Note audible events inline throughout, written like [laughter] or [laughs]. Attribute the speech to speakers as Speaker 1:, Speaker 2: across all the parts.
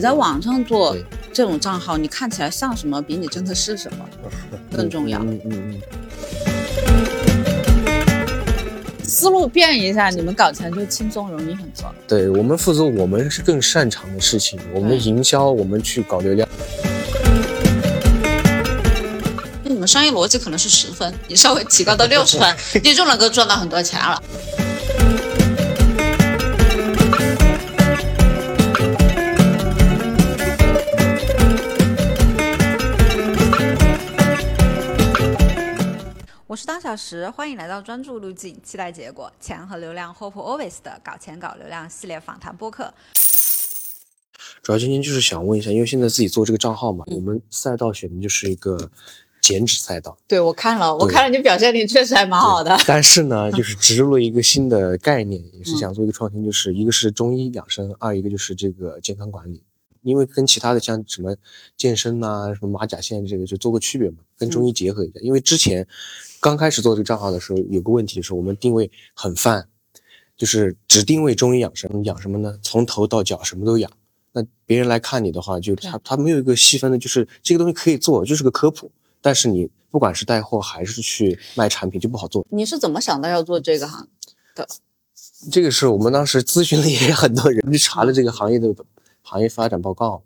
Speaker 1: 在网上做
Speaker 2: 对
Speaker 1: 这种账号，你看起来像什么，比你真的是什
Speaker 2: [laughs]
Speaker 1: 么更重要。
Speaker 2: 嗯嗯嗯
Speaker 1: 思路变一下，你们搞起来就轻松容易很多。
Speaker 2: 嗯，对我们负责我们是更擅长的事情，我们的
Speaker 1: 对
Speaker 2: 营销，我们去搞流量。
Speaker 1: 那你们嗯商业逻辑可能是十分，你稍微提高到六十分，你就能够赚到很多钱了。
Speaker 3: 我是当小时，欢迎来到专注路径，期待结果。钱和流量 Hope Always 的搞钱搞流量系列访谈播客。
Speaker 2: 主要今天就是想问一下，因为现在自己做这个账号嘛，我们赛道选的就是一个减脂赛道，
Speaker 1: 对，我看了，我
Speaker 2: 对
Speaker 1: 看了你表现力确实还蛮好的。
Speaker 2: 但
Speaker 1: [laughs]
Speaker 2: 是呢，就是植入了一个新的概念，也
Speaker 1: 嗯
Speaker 2: 是想做一个创新，就是一个是中医养生，二一个就是这个健康管理。因为跟其他的像什么健身呐、什么马甲线这个就做个区别嘛，跟
Speaker 1: 嗯
Speaker 2: 中医结合一下。因为之前刚开始做这个账号的时候，有个问题是我们定位很泛，就是只定位中医养生，养什么呢？从头到脚什么都养。那别人来看你的话，就
Speaker 1: 对
Speaker 2: 他他没有一个细分的，就是这个东西可以做，就是个科普，但是你不管是带货还是去卖产品就不好做。
Speaker 1: 你是怎么想到要做这个行？
Speaker 2: 这个是我们当时咨询了也很多人，去查了这个行业的行业发展报告，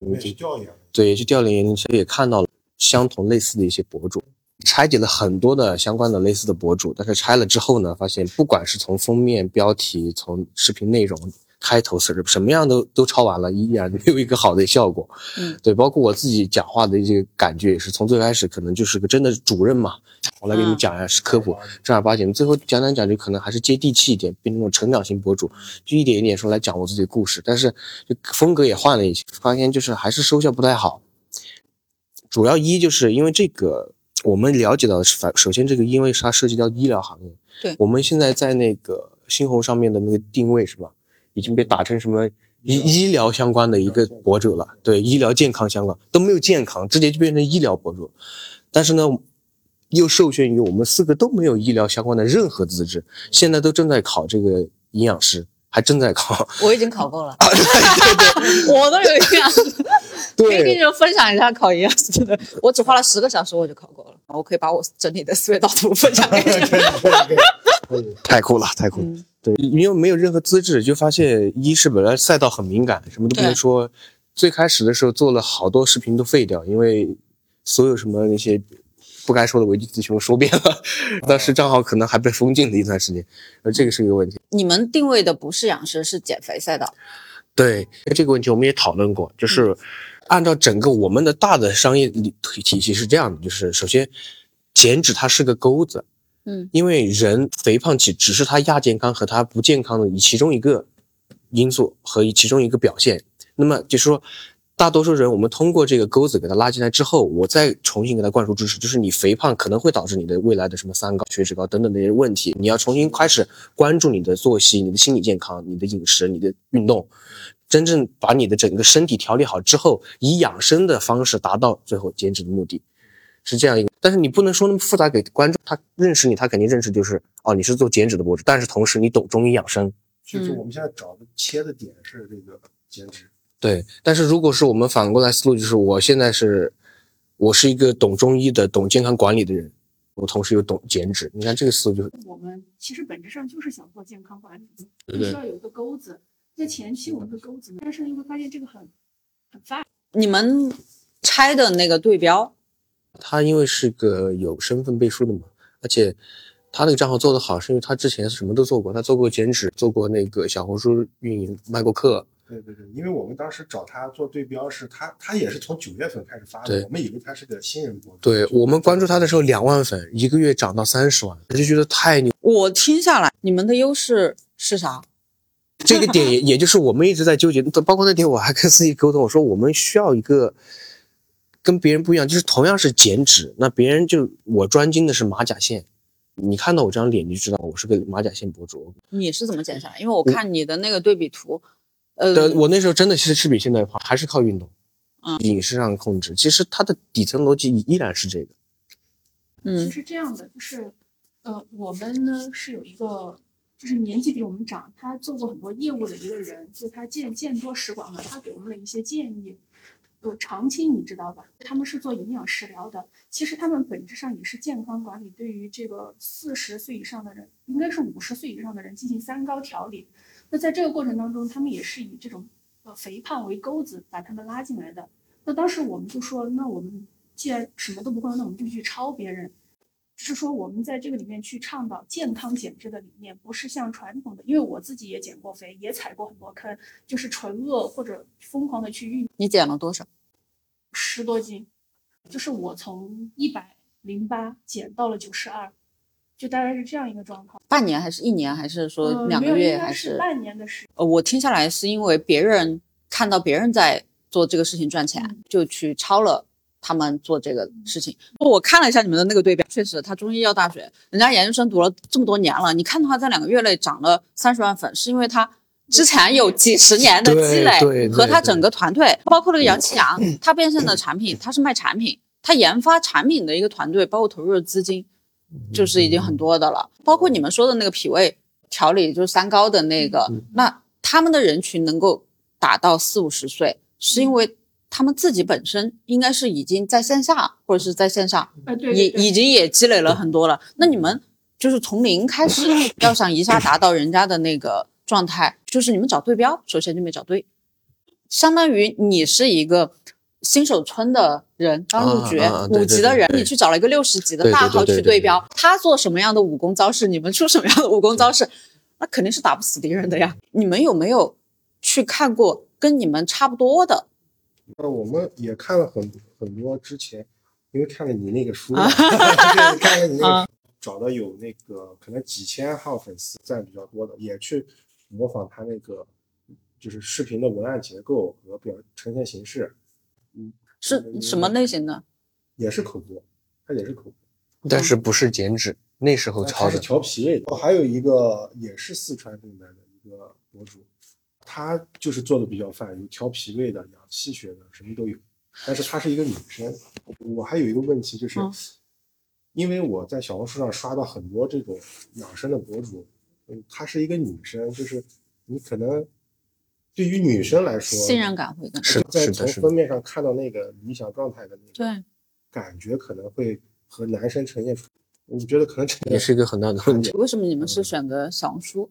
Speaker 4: 也是教养。
Speaker 2: 对，也去调研了一下，也看到了相同类似的一些博主，拆解了很多的相关的类似的博主，但是拆了之后呢，发现不管是从封面、标题，从视频内容。开头是什么样都都抄完了，依然没有一个好的效果。
Speaker 1: 嗯，
Speaker 2: 对，包括我自己讲话的一些感觉也是，从最开始可能就是个真的主任嘛，我来给你
Speaker 1: 嗯
Speaker 2: 们讲一下是科普，正儿八经，最后讲讲讲就可能还是接地气一点，变成那种成长型博主，就一点一点说来讲我自己的故事，但是就风格也换了一些，发现就是还是收效不太好。主要一就是因为这个，我们了解到的是反，首先这个因为是它涉及到医疗行业，
Speaker 1: 对
Speaker 2: 我们现在在那个新红上面的那个定位是吧，已经被打成什么医医疗相关的一个博主了，对，医疗健康相关都没有健康，直接就变成医疗博主，但是呢。又受限于我们四个都没有医疗相关的任何资质，现在都正在考这个营养师，还正在考。
Speaker 1: 我已经考过了， [laughs] 我都有一样。可以跟你们分享一下考研的，我只花了十个小时我就考过了。我可以把我整理的思维导图分享给你们。
Speaker 2: [laughs] 太酷了，太酷了。对，因为没有任何资质，就发现一是本来赛道很敏感，什么都不能
Speaker 1: 对
Speaker 2: 说。最开始的时候做了好多视频都废掉，因为所有什么那些不该说的违纪词全部说遍了。 [laughs] 当时账号可能还被封禁了一段时间，呃，这个是一个问题。
Speaker 1: 你们定位的不是养生，是减肥赛道。
Speaker 2: 对这个问题，我们也讨论过，就是按照整个我们的大的商业理体系是这样的，就是首先减脂它是个钩子，
Speaker 1: 嗯，
Speaker 2: 因为人肥胖只只是他亚健康和他不健康的以其中一个因素和以其中一个表现。那么就是说，大多数人我们通过这个钩子给他拉进来之后，我再重新给他灌输知识，就是你肥胖可能会导致你的未来的什么三高、血脂高等等那些问题，你要重新开始关注你的作息、你的心理健康、你的饮食、你的运动。真正把你的整个身体调理好之后，以养生的方式达到最后减脂的目的。是这样一个，但是你不能说那么复杂给观众，他认识你，他肯定认识就是哦，你是做减脂的博主，但是同时你懂中医养生，
Speaker 4: 其实
Speaker 1: 嗯
Speaker 4: 我们现在找的切的点是这个减脂，
Speaker 2: 对。但是如果是我们反过来思路，就是我现在是，我是一个懂中医的、懂健康管理的人，我同时又懂减脂，你看这个思路就
Speaker 5: 我们其实本质上就是想做健康管理，
Speaker 2: 对
Speaker 5: 必须要有一个钩子。在前期我们会钩子，但是你会发现这个很
Speaker 1: 你们拆的那个对标，
Speaker 2: 他因为是个有身份背书的嘛，而且他那个账号做得好，是因为他之前什么都做过，他做过减脂，做过那个小红书运营，卖过课，
Speaker 4: 对对对，因为我们当时找他做对标是他，他也是从九月份开始发
Speaker 2: 对
Speaker 4: 的，我们以为他是个新人博主。
Speaker 2: 对我们关注他的时候两万粉，一个月涨到三十万，我就觉得太牛。
Speaker 1: 我听下来，你们的优势是啥？
Speaker 2: 这个点也也就是我们一直在纠结， [laughs] 包括那天我还跟司机沟通，我说我们需要一个跟别人不一样，就是同样是减脂，那别人就我专精的是马甲线，你看到我这张脸你就知道我是个马甲线博主。
Speaker 1: 你是怎么减下来？因为我看你的那个对比图，呃，
Speaker 2: 但我那时候真的其实是比现在胖，还是靠运动
Speaker 1: 嗯、
Speaker 2: 饮食上控制。其实它的底层逻辑依然是这个。
Speaker 5: 其
Speaker 1: 嗯
Speaker 5: 实这样的，就是呃，我们呢是有一个就是年纪比我们长，他做过很多业务的一个人，就他见见多识广嘛，他给我们了一些建议。呃，长青你知道吧？他们是做营养食疗的，其实他们本质上也是健康管理，对于这个四十岁以上的人，应该是五十岁以上的人进行三高调理。那在这个过程当中，他们也是以这种呃肥胖为钩子把他们拉进来的。那当时我们就说，那我们既然什么都不会，那我们就去抄别人。只是说我们在这个里面去倡导健康减脂的理念，不是像传统的，因为我自己也减过肥，也踩过很多坑，就是纯饿或者疯狂的去运
Speaker 1: 你减了多少？
Speaker 5: 十多斤，就是我从一百零八减到了九十二，就大概是这样一个状况。
Speaker 1: 半年还是一年，还是说
Speaker 5: 嗯
Speaker 1: 两
Speaker 5: 没有
Speaker 1: 个月，
Speaker 5: 应该
Speaker 1: 还
Speaker 5: 是半年的时
Speaker 1: 呃，我听下来是因为别人看到别人在做这个事情赚钱，
Speaker 5: 嗯
Speaker 1: 就去抄了他们做这个事情。哦我看了一下你们的那个对标，确实他中医药大学，人家研究生读了这么多年了，你看到他在两个月内涨了三十万粉，是因为他。之前有几十年的积
Speaker 2: 对对
Speaker 1: 累，
Speaker 2: 对
Speaker 1: 和他
Speaker 2: 对嗯
Speaker 1: 整个团队，包括那个杨奇阳，他变现的产品，他是卖产品，他研发产品的一个团队，包括投入的资金，
Speaker 2: 嗯
Speaker 1: 就是已经很多的了。包括你们说的那个脾胃调理，就是三高的那个，那他们的人群能够打到四五十岁，是因为他们自己本身应该是已经在线下或者是在线上
Speaker 5: 候，呃，对嗯
Speaker 1: 也
Speaker 5: 对
Speaker 1: 已
Speaker 5: 对，
Speaker 1: 经也积累了很多了。那你们就是从零开始，
Speaker 5: 嗯
Speaker 1: [laughs] 要想一下达到人家的那个状
Speaker 5: [laughs]
Speaker 1: 态，就是你们找对标，首先就没找对，相当于你是一个。新手村的人刚入局
Speaker 2: 啊啊啊对
Speaker 1: 五级的
Speaker 2: 对对
Speaker 1: 人，
Speaker 2: 对
Speaker 1: 你去找了一个六十级的
Speaker 2: 对
Speaker 1: 大
Speaker 2: 对对
Speaker 1: 号
Speaker 2: 对
Speaker 1: 去
Speaker 2: 对对
Speaker 1: 标，他做什么样的武功招式，你们出什么样的武功招式，那肯定是打不死敌人的呀。你们有没有去看过跟你们差不多的？
Speaker 4: 那呃我们也看了很很多之前，因为看了你那个书
Speaker 1: 啊 [laughs]
Speaker 4: 嘛，对看了你那
Speaker 1: 啊
Speaker 4: 个书，找的有那个可能几千号粉丝赞比较多的，也去模仿他那个就是视频的文案结构和表呈现形式，
Speaker 1: 是
Speaker 2: 嗯
Speaker 1: 什么类型的？
Speaker 4: 也是口播，它也是口播。
Speaker 2: 但是不是减脂，那时候
Speaker 4: 他
Speaker 2: 抄
Speaker 4: 呃是
Speaker 2: 的。
Speaker 4: 调皮类的。哦，还有一个也是四川那边的一个博主，他就是做的比较泛，有调皮类的、养气血的，什么都有。但是她是一个女生。我还有一个问题就是，
Speaker 1: 嗯
Speaker 4: 因为我在小红书上刷到很多这种养生的博主，嗯，她是一个女生，就是你可能对于女生来说，
Speaker 1: 信任感会更
Speaker 2: 是的
Speaker 4: 在
Speaker 2: 是的
Speaker 4: 从
Speaker 2: 是的
Speaker 4: 封面上看到那个理想状态的那个
Speaker 1: 对
Speaker 4: 感觉，可能会和男生呈现出。我觉得可能呈现
Speaker 2: 也是一个很大的问题，
Speaker 1: 为什么你们是选择小红书？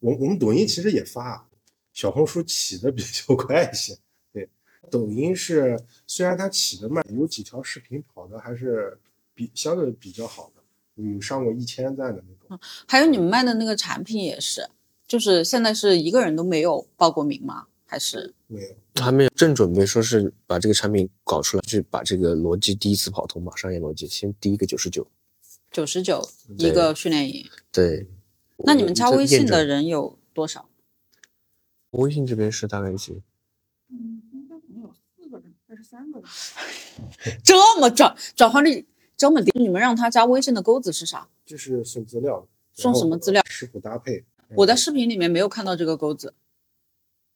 Speaker 4: 我我们抖音其实也发，小红书起的比较 [laughs] 快一些。对，抖音是虽然它起的慢，有几条视频跑的还是比相对比较好的，嗯，上过一千赞的那种。
Speaker 1: 还有你们卖的那个产品也是，就是现在是一个人都没有报过名吗？还是
Speaker 4: 没有，
Speaker 2: 还没有正准备说是把这个产品搞出来，去把这个逻辑第一次跑通嘛，商业逻辑，先第一个九十九，
Speaker 1: 九十九
Speaker 2: 对
Speaker 1: 一个训练营？
Speaker 2: 对。
Speaker 1: 嗯那你们加微信
Speaker 2: 我
Speaker 1: 的
Speaker 2: 们在验证？
Speaker 1: 人有多少？
Speaker 2: 微信这边是大概几？
Speaker 5: 嗯，应该可能有四个人还是三个人，
Speaker 1: 这么转转换率这么低，你们让他加微信的钩子是啥？
Speaker 4: 就是送资料，
Speaker 1: 送什么资料？
Speaker 4: 食谱搭配。
Speaker 2: 嗯
Speaker 1: 我在视频里面没有看到这个钩子，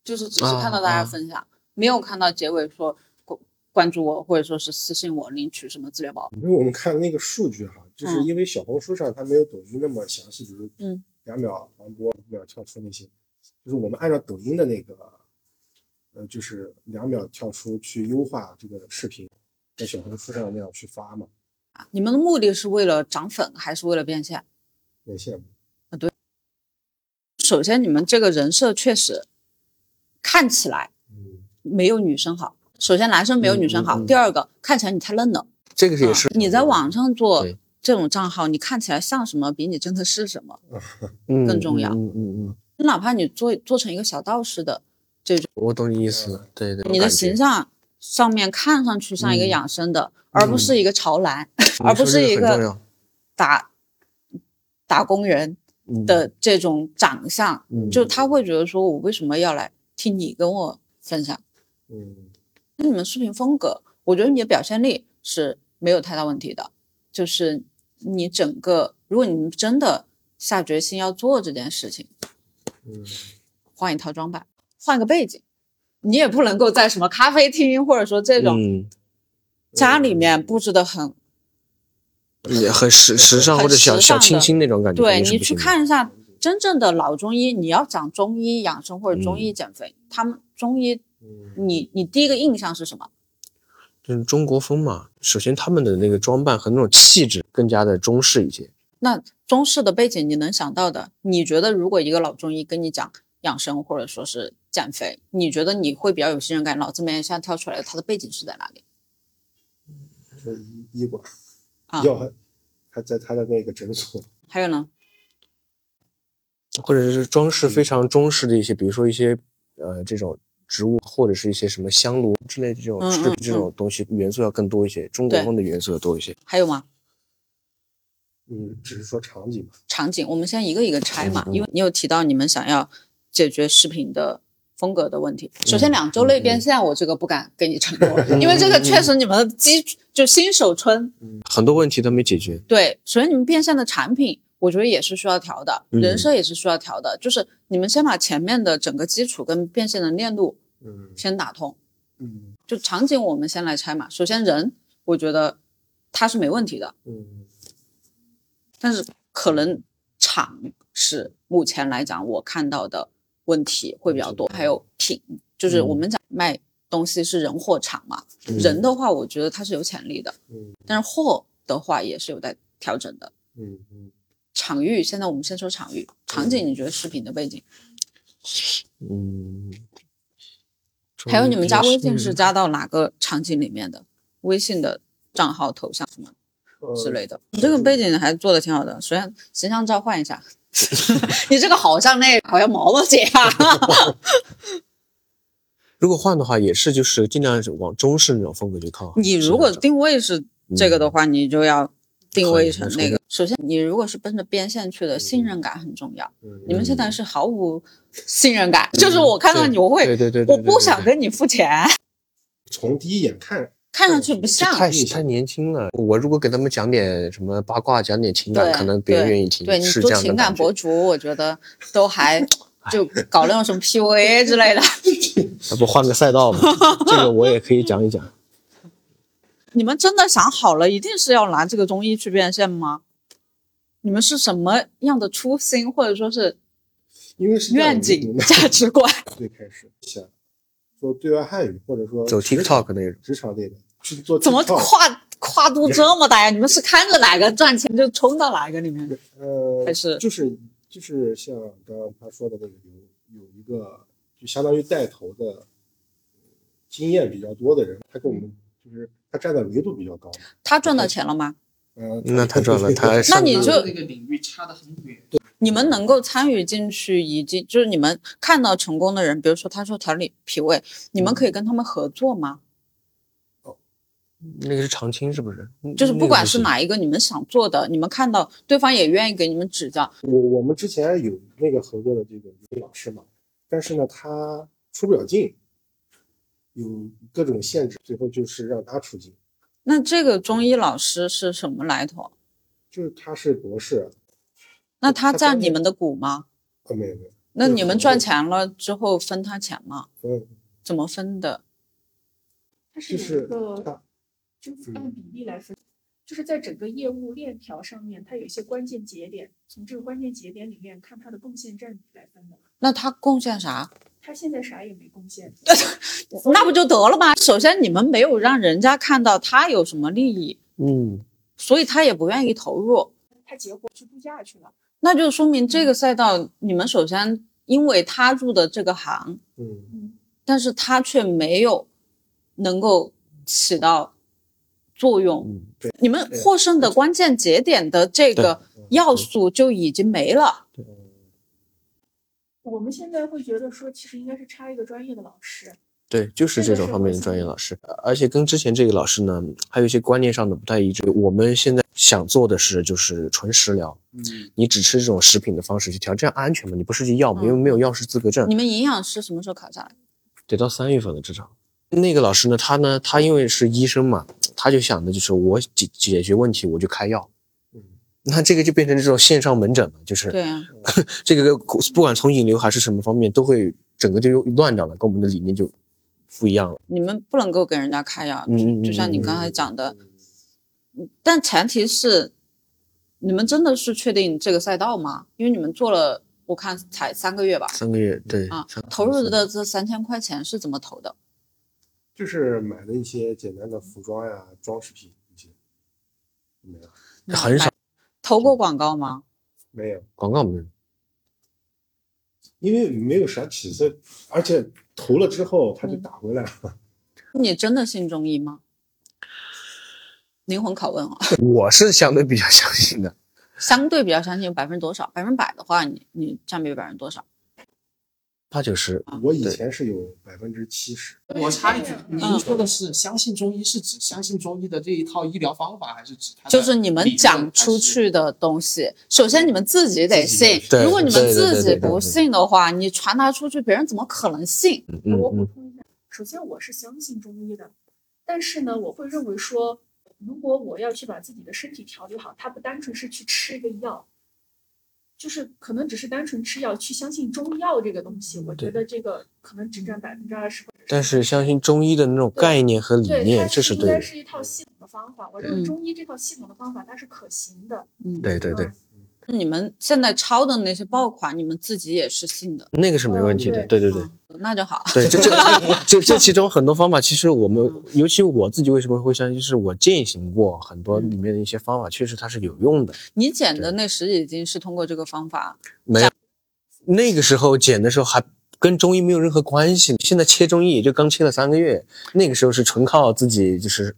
Speaker 1: 就是只是看到大家
Speaker 2: 啊
Speaker 1: 分享，没有看到结尾说关关注我或者说是私信我领取什么资料包。
Speaker 4: 因为我们看那个数据哈，就是
Speaker 1: 嗯
Speaker 4: 因为小红书上它没有抖音那么详细，比如
Speaker 1: 嗯
Speaker 4: 两秒传播、五秒跳出那些，就是我们按照抖音的那个，呃，就是两秒跳出去优化这个视频，在小红书上那样去发嘛，
Speaker 1: 你们的目的是为了涨粉还是为了变现？
Speaker 4: 变现嘛。
Speaker 1: 首先，你们这个人设确实看起来
Speaker 4: 嗯，
Speaker 1: 没有女生好。首先，男生没有女生好。
Speaker 2: 嗯嗯嗯
Speaker 1: 第二个，看起来你太嫩了。
Speaker 2: 这个也是、
Speaker 1: 啊你在网上做
Speaker 2: 对
Speaker 1: 这种账号，你看起来像什么，比你真的是什么。
Speaker 2: 嗯
Speaker 1: 更重要
Speaker 2: 嗯嗯嗯嗯，
Speaker 1: 哪怕你做做成一个小道士的，
Speaker 2: 我懂你意思了，对对。
Speaker 1: 你的
Speaker 2: 我感觉
Speaker 1: 形象上面看上去像一个
Speaker 2: 嗯
Speaker 1: 养生的，而不是一个潮男， [laughs] 而不是一
Speaker 2: 你说这个很重
Speaker 1: 个
Speaker 2: 要
Speaker 1: 打打工人
Speaker 2: 嗯
Speaker 1: 的这种长相。
Speaker 4: 嗯
Speaker 1: 就他会觉得说，我为什么要来听你跟我分享？
Speaker 4: 嗯，
Speaker 1: 那你们视频风格，我觉得你的表现力是没有太大问题的。就是你整个，如果你真的下决心要做这件事情，
Speaker 4: 嗯，
Speaker 1: 换一套装扮，换个背景，你也不能够在什么咖啡厅或者说这种
Speaker 2: 嗯，
Speaker 1: 家里面布置的很，
Speaker 2: 也很时时尚
Speaker 1: 很
Speaker 2: 或者
Speaker 1: 时
Speaker 2: 小小
Speaker 1: 尚的
Speaker 2: 清新那种感觉，
Speaker 1: 对
Speaker 2: 肯定是
Speaker 1: 你
Speaker 2: 不
Speaker 1: 去
Speaker 2: 行的，
Speaker 1: 看一下真正的老中医，你要讲中医养生或者中
Speaker 2: 嗯
Speaker 1: 医减肥，他们中医，
Speaker 4: 嗯，
Speaker 1: 你你第一个印象是什么？
Speaker 2: 就是中国风嘛。首先，他们的那个装扮和那种气质更加的中式一些。
Speaker 1: 那中式的背景你能想到的，你觉得如果一个老中医跟你讲养生或者说是减肥，你觉得你会比较有信任感，脑子里面像跳出来的，它的背景是在哪里
Speaker 4: 就医医馆
Speaker 1: 啊？
Speaker 4: 要他在他的那个诊所，
Speaker 1: 还有呢？
Speaker 2: 或者是装饰
Speaker 1: 嗯
Speaker 2: 非常中式的一些，比如说一些呃这种植物或者是一些什么香炉之类的这种
Speaker 1: 嗯
Speaker 2: 饰
Speaker 1: 嗯
Speaker 2: 品这种东西元素要更多一些，中国
Speaker 1: 对
Speaker 2: 风的元素要多一些。
Speaker 1: 还有吗？
Speaker 4: 嗯，只是说场景嘛，
Speaker 1: 场景，我们先一个一个拆嘛，
Speaker 2: 嗯嗯
Speaker 1: 因为你有提到你们想要解决视频的风格的问题。首
Speaker 2: 嗯
Speaker 1: 先，两周内边，现在我这个不敢给你承
Speaker 2: [laughs]
Speaker 1: 诺，因为这个确实你们的基就新手村
Speaker 2: 很多问题都没解决。
Speaker 1: 对，首先你们变现的产品，我觉得也是需要调的，
Speaker 2: 嗯
Speaker 1: 人设也是需要调的，就是你们先把前面的整个基础跟变现的链路
Speaker 4: 嗯
Speaker 1: 先打通。
Speaker 4: 嗯
Speaker 1: 就场景我们先来拆嘛，首先人，我觉得他是没问题的，
Speaker 4: 嗯
Speaker 1: 但是可能场是目前来讲我看到的问题会比较多，还有品，就是我们讲卖东西是人货场嘛，
Speaker 4: 嗯
Speaker 1: 人的话我觉得它是有潜力的，
Speaker 4: 嗯
Speaker 1: 但是货的话也是有待调整的。
Speaker 4: 嗯嗯，
Speaker 1: 场域，现在我们先说场域场景，你觉得视频的背景，
Speaker 2: 嗯，
Speaker 1: 还有你们加微信是
Speaker 2: 嗯
Speaker 1: 加到哪个场景里面的？微信的账号、头像什么
Speaker 4: 嗯
Speaker 2: 呃
Speaker 1: 之类的，你这个背景还做的挺好的。首先形象照换一
Speaker 2: [laughs]
Speaker 1: 下，你这个好像那个好像毛毛姐啊，
Speaker 2: [laughs] 如果换的话，也是就是尽量是往中式那种风格去靠。
Speaker 1: 你如果定位是
Speaker 2: 嗯
Speaker 1: 这个的话，你就要定位成那个。首先，你如果是奔着变现去的，信任感很重要。
Speaker 4: 嗯，
Speaker 1: 你们现在是毫无信任感，就是我看到你，我
Speaker 2: 嗯对
Speaker 1: 会，
Speaker 2: 对对，对
Speaker 1: 我不想跟你付钱，
Speaker 4: 从第一眼看，
Speaker 1: 看上去不
Speaker 2: 这
Speaker 1: 像。
Speaker 2: 太太年轻了，我如果给他们讲点什么八卦，讲点情感，
Speaker 1: 对
Speaker 2: 可能别人
Speaker 1: 对
Speaker 2: 愿意听。
Speaker 1: 对你
Speaker 2: 是
Speaker 1: 做
Speaker 2: 这样的
Speaker 1: 情感
Speaker 2: 感觉
Speaker 1: 博主，我觉得都 [laughs] 还就搞那种什么 PUA 之类的。
Speaker 2: 要不换个赛道吧？这个我也可以讲一讲。
Speaker 1: [laughs] 你们真的想好了，一定是要拿这个中医去变现吗？你们是什么样的初心，或者说是
Speaker 4: 因为是这样
Speaker 1: 愿
Speaker 4: 我
Speaker 1: 景、
Speaker 4: 们
Speaker 1: 价值 [laughs] 观？
Speaker 4: 最开始想做对外汉语，或者说
Speaker 2: 走
Speaker 4: 职
Speaker 2: TikTok 那种，
Speaker 4: 职场类的，去做
Speaker 1: 怎么
Speaker 4: TikTok
Speaker 1: 跨跨度这么大呀？你们是看着哪个赚钱就冲到哪个里面？
Speaker 4: 呃，
Speaker 1: 还是
Speaker 4: 就是就是像刚刚他说的那个有有一个就相当于带头的嗯经验比较多的人，他跟我们就是他站的维度比较高，
Speaker 1: 他赚到钱了吗？
Speaker 4: 呃，
Speaker 2: 那他嗯赚
Speaker 4: [laughs]
Speaker 2: 了，他
Speaker 1: 那
Speaker 2: 上
Speaker 1: 你就
Speaker 6: 这个领域差得很远。
Speaker 1: 你们能够参与进去，以及就是你们看到成功的人，比如说他说调理脾胃，你们可以跟他们合作吗？
Speaker 2: 那个是长青是不是？
Speaker 1: 就是
Speaker 2: 那
Speaker 1: 不
Speaker 2: 个
Speaker 1: 管是
Speaker 2: 行，
Speaker 1: 哪一个你们想做的，你们看到对方也愿意给你们指教，
Speaker 4: 我我们之前有那个合作的这个老师嘛，但是呢，他出不了境，有各种限制，最后就是让他出境。
Speaker 1: 那这个中医老师是什么来头？
Speaker 4: 就是他是博士，
Speaker 1: 那他
Speaker 4: 他
Speaker 1: 占
Speaker 4: 专
Speaker 1: 你
Speaker 4: 业
Speaker 1: 们的股吗？
Speaker 4: 啊，没有没有，
Speaker 1: 那
Speaker 4: 对
Speaker 1: 你
Speaker 4: 我
Speaker 1: 们
Speaker 4: 们
Speaker 1: 赚
Speaker 4: 会
Speaker 1: 钱了之后分他钱吗？
Speaker 4: 嗯，
Speaker 1: 怎么分的？
Speaker 5: 它是
Speaker 4: 就
Speaker 5: 有
Speaker 4: 是
Speaker 5: 一个
Speaker 4: 他，
Speaker 5: 就是按比例来分，就是在整个业务链条上面，它有一些关键节点，从这个关键节点里面看它的贡献占比来分的。
Speaker 1: 那他贡献啥？
Speaker 5: 它现在啥也没贡献，
Speaker 1: 那不就得了吗？首先，你们没有让人家看到他有什么利益，
Speaker 2: 嗯，
Speaker 1: 所以他也不愿意投入。
Speaker 5: 它结果去度假去了。
Speaker 1: 那就说明这个赛道，你们首先因为他入的这个行，
Speaker 4: 嗯，
Speaker 5: 嗯，
Speaker 1: 但是它却没有能够起到作用。
Speaker 2: 嗯
Speaker 4: 对
Speaker 1: 你们获胜的关键节点的这个要素就已经没了。
Speaker 5: 我们现在会觉得说，其实应该是差一个专业的老师。
Speaker 2: 对，就是这
Speaker 5: 这个
Speaker 2: 种
Speaker 5: 是
Speaker 2: 方面
Speaker 5: 我
Speaker 2: 的专业
Speaker 5: 想
Speaker 2: 老师，而且跟之前这个老师呢，还有一些观念上的不太一致。我们现在想做的是就是纯食疗，
Speaker 4: 嗯，
Speaker 2: 你只吃这种食品的方式去调，这样安全吗？你不涉及药，没有
Speaker 1: 嗯
Speaker 2: 没有药师资格证
Speaker 1: 你，们营养师什么时候考下来？
Speaker 2: 得到三月份了至少。那个老师呢，他呢，他因为是医生嘛，他就想的就是我解解决问题，我就开药。
Speaker 4: 嗯
Speaker 2: 那这个就变成这种线上门诊了，就是
Speaker 1: 对啊，
Speaker 2: 这个不管从引流还是什么方面，都会整个就乱掉了，跟我们的理念就不一样了。
Speaker 1: 你们不能够给人家开药，
Speaker 2: 嗯嗯
Speaker 1: 就像你
Speaker 2: 嗯
Speaker 1: 刚才讲的，但前提是你们真的是确定这个赛道吗？因为你们做了我看才三个月吧，
Speaker 2: 三个月对
Speaker 5: 嗯
Speaker 1: 啊
Speaker 2: 三，
Speaker 1: 投入的这三千块钱是怎么投的？
Speaker 4: 就是买的一些简单的服装呀、装饰品一些，没有
Speaker 2: 很少
Speaker 1: 投过广告吗？
Speaker 4: 没有，
Speaker 2: 广告没有，
Speaker 4: 因为没有啥起色，而且投了之后他就
Speaker 5: 嗯
Speaker 4: 打回来了。
Speaker 5: 啊
Speaker 1: 你真的信中医吗？灵魂拷问啊，
Speaker 2: 我是相对比较相信的，
Speaker 1: 相对比较相信有百分之多少？百分之百的话，你你占比百分之多少？
Speaker 2: 八九十
Speaker 5: 啊
Speaker 4: 我以前是有百分之七十，
Speaker 6: 我插一句，
Speaker 1: 嗯
Speaker 6: 您说的是相信中医是指相信中医的这一套医疗方法，还是指它的
Speaker 1: 就是你们讲出去的东西，首先你们自己得信
Speaker 4: 自己。
Speaker 2: 对
Speaker 1: 如果你们
Speaker 2: 对对对
Speaker 1: 自己
Speaker 2: 对对
Speaker 1: 不信的话，你传达出去，别人怎么可能信？
Speaker 2: 嗯
Speaker 5: 我补
Speaker 2: 嗯
Speaker 5: 充一下，首先我是相信中医的，但是呢，我会认为说，如果我要去把自己的身体调理好，它不单纯是去吃一个药，就是可能只是单纯吃药去相信中药这个东西，我觉
Speaker 2: 对
Speaker 5: 得这个可能只占百分之二十。
Speaker 2: 但是相信中医的那种概念和理
Speaker 5: 对，它
Speaker 2: 念，这是
Speaker 5: 应该
Speaker 2: 对的，
Speaker 5: 是一套系统的方法。我认为
Speaker 1: 嗯
Speaker 5: 中医这套系统的方法它是可行的。
Speaker 1: 嗯，
Speaker 2: 对对对，
Speaker 1: 你们现在抄的那些爆款，你们自己也是信的，
Speaker 2: 那个是没问题的，
Speaker 5: 嗯
Speaker 2: 对对对。
Speaker 1: 那就好。
Speaker 2: 对，这
Speaker 5: [laughs]
Speaker 2: 这这这其中很多方法，其实我们，尤其我自己为什么会相信，就是我践行过很多
Speaker 5: 嗯
Speaker 2: 里面的一些方法，确实它是有用的。
Speaker 1: 你减的那十几斤是通过这个方 [laughs] 法，
Speaker 2: 没有那个时候减的时候还跟中医没有任何关系，现在切中医也就刚切了三个月，那个时候是纯靠自己就是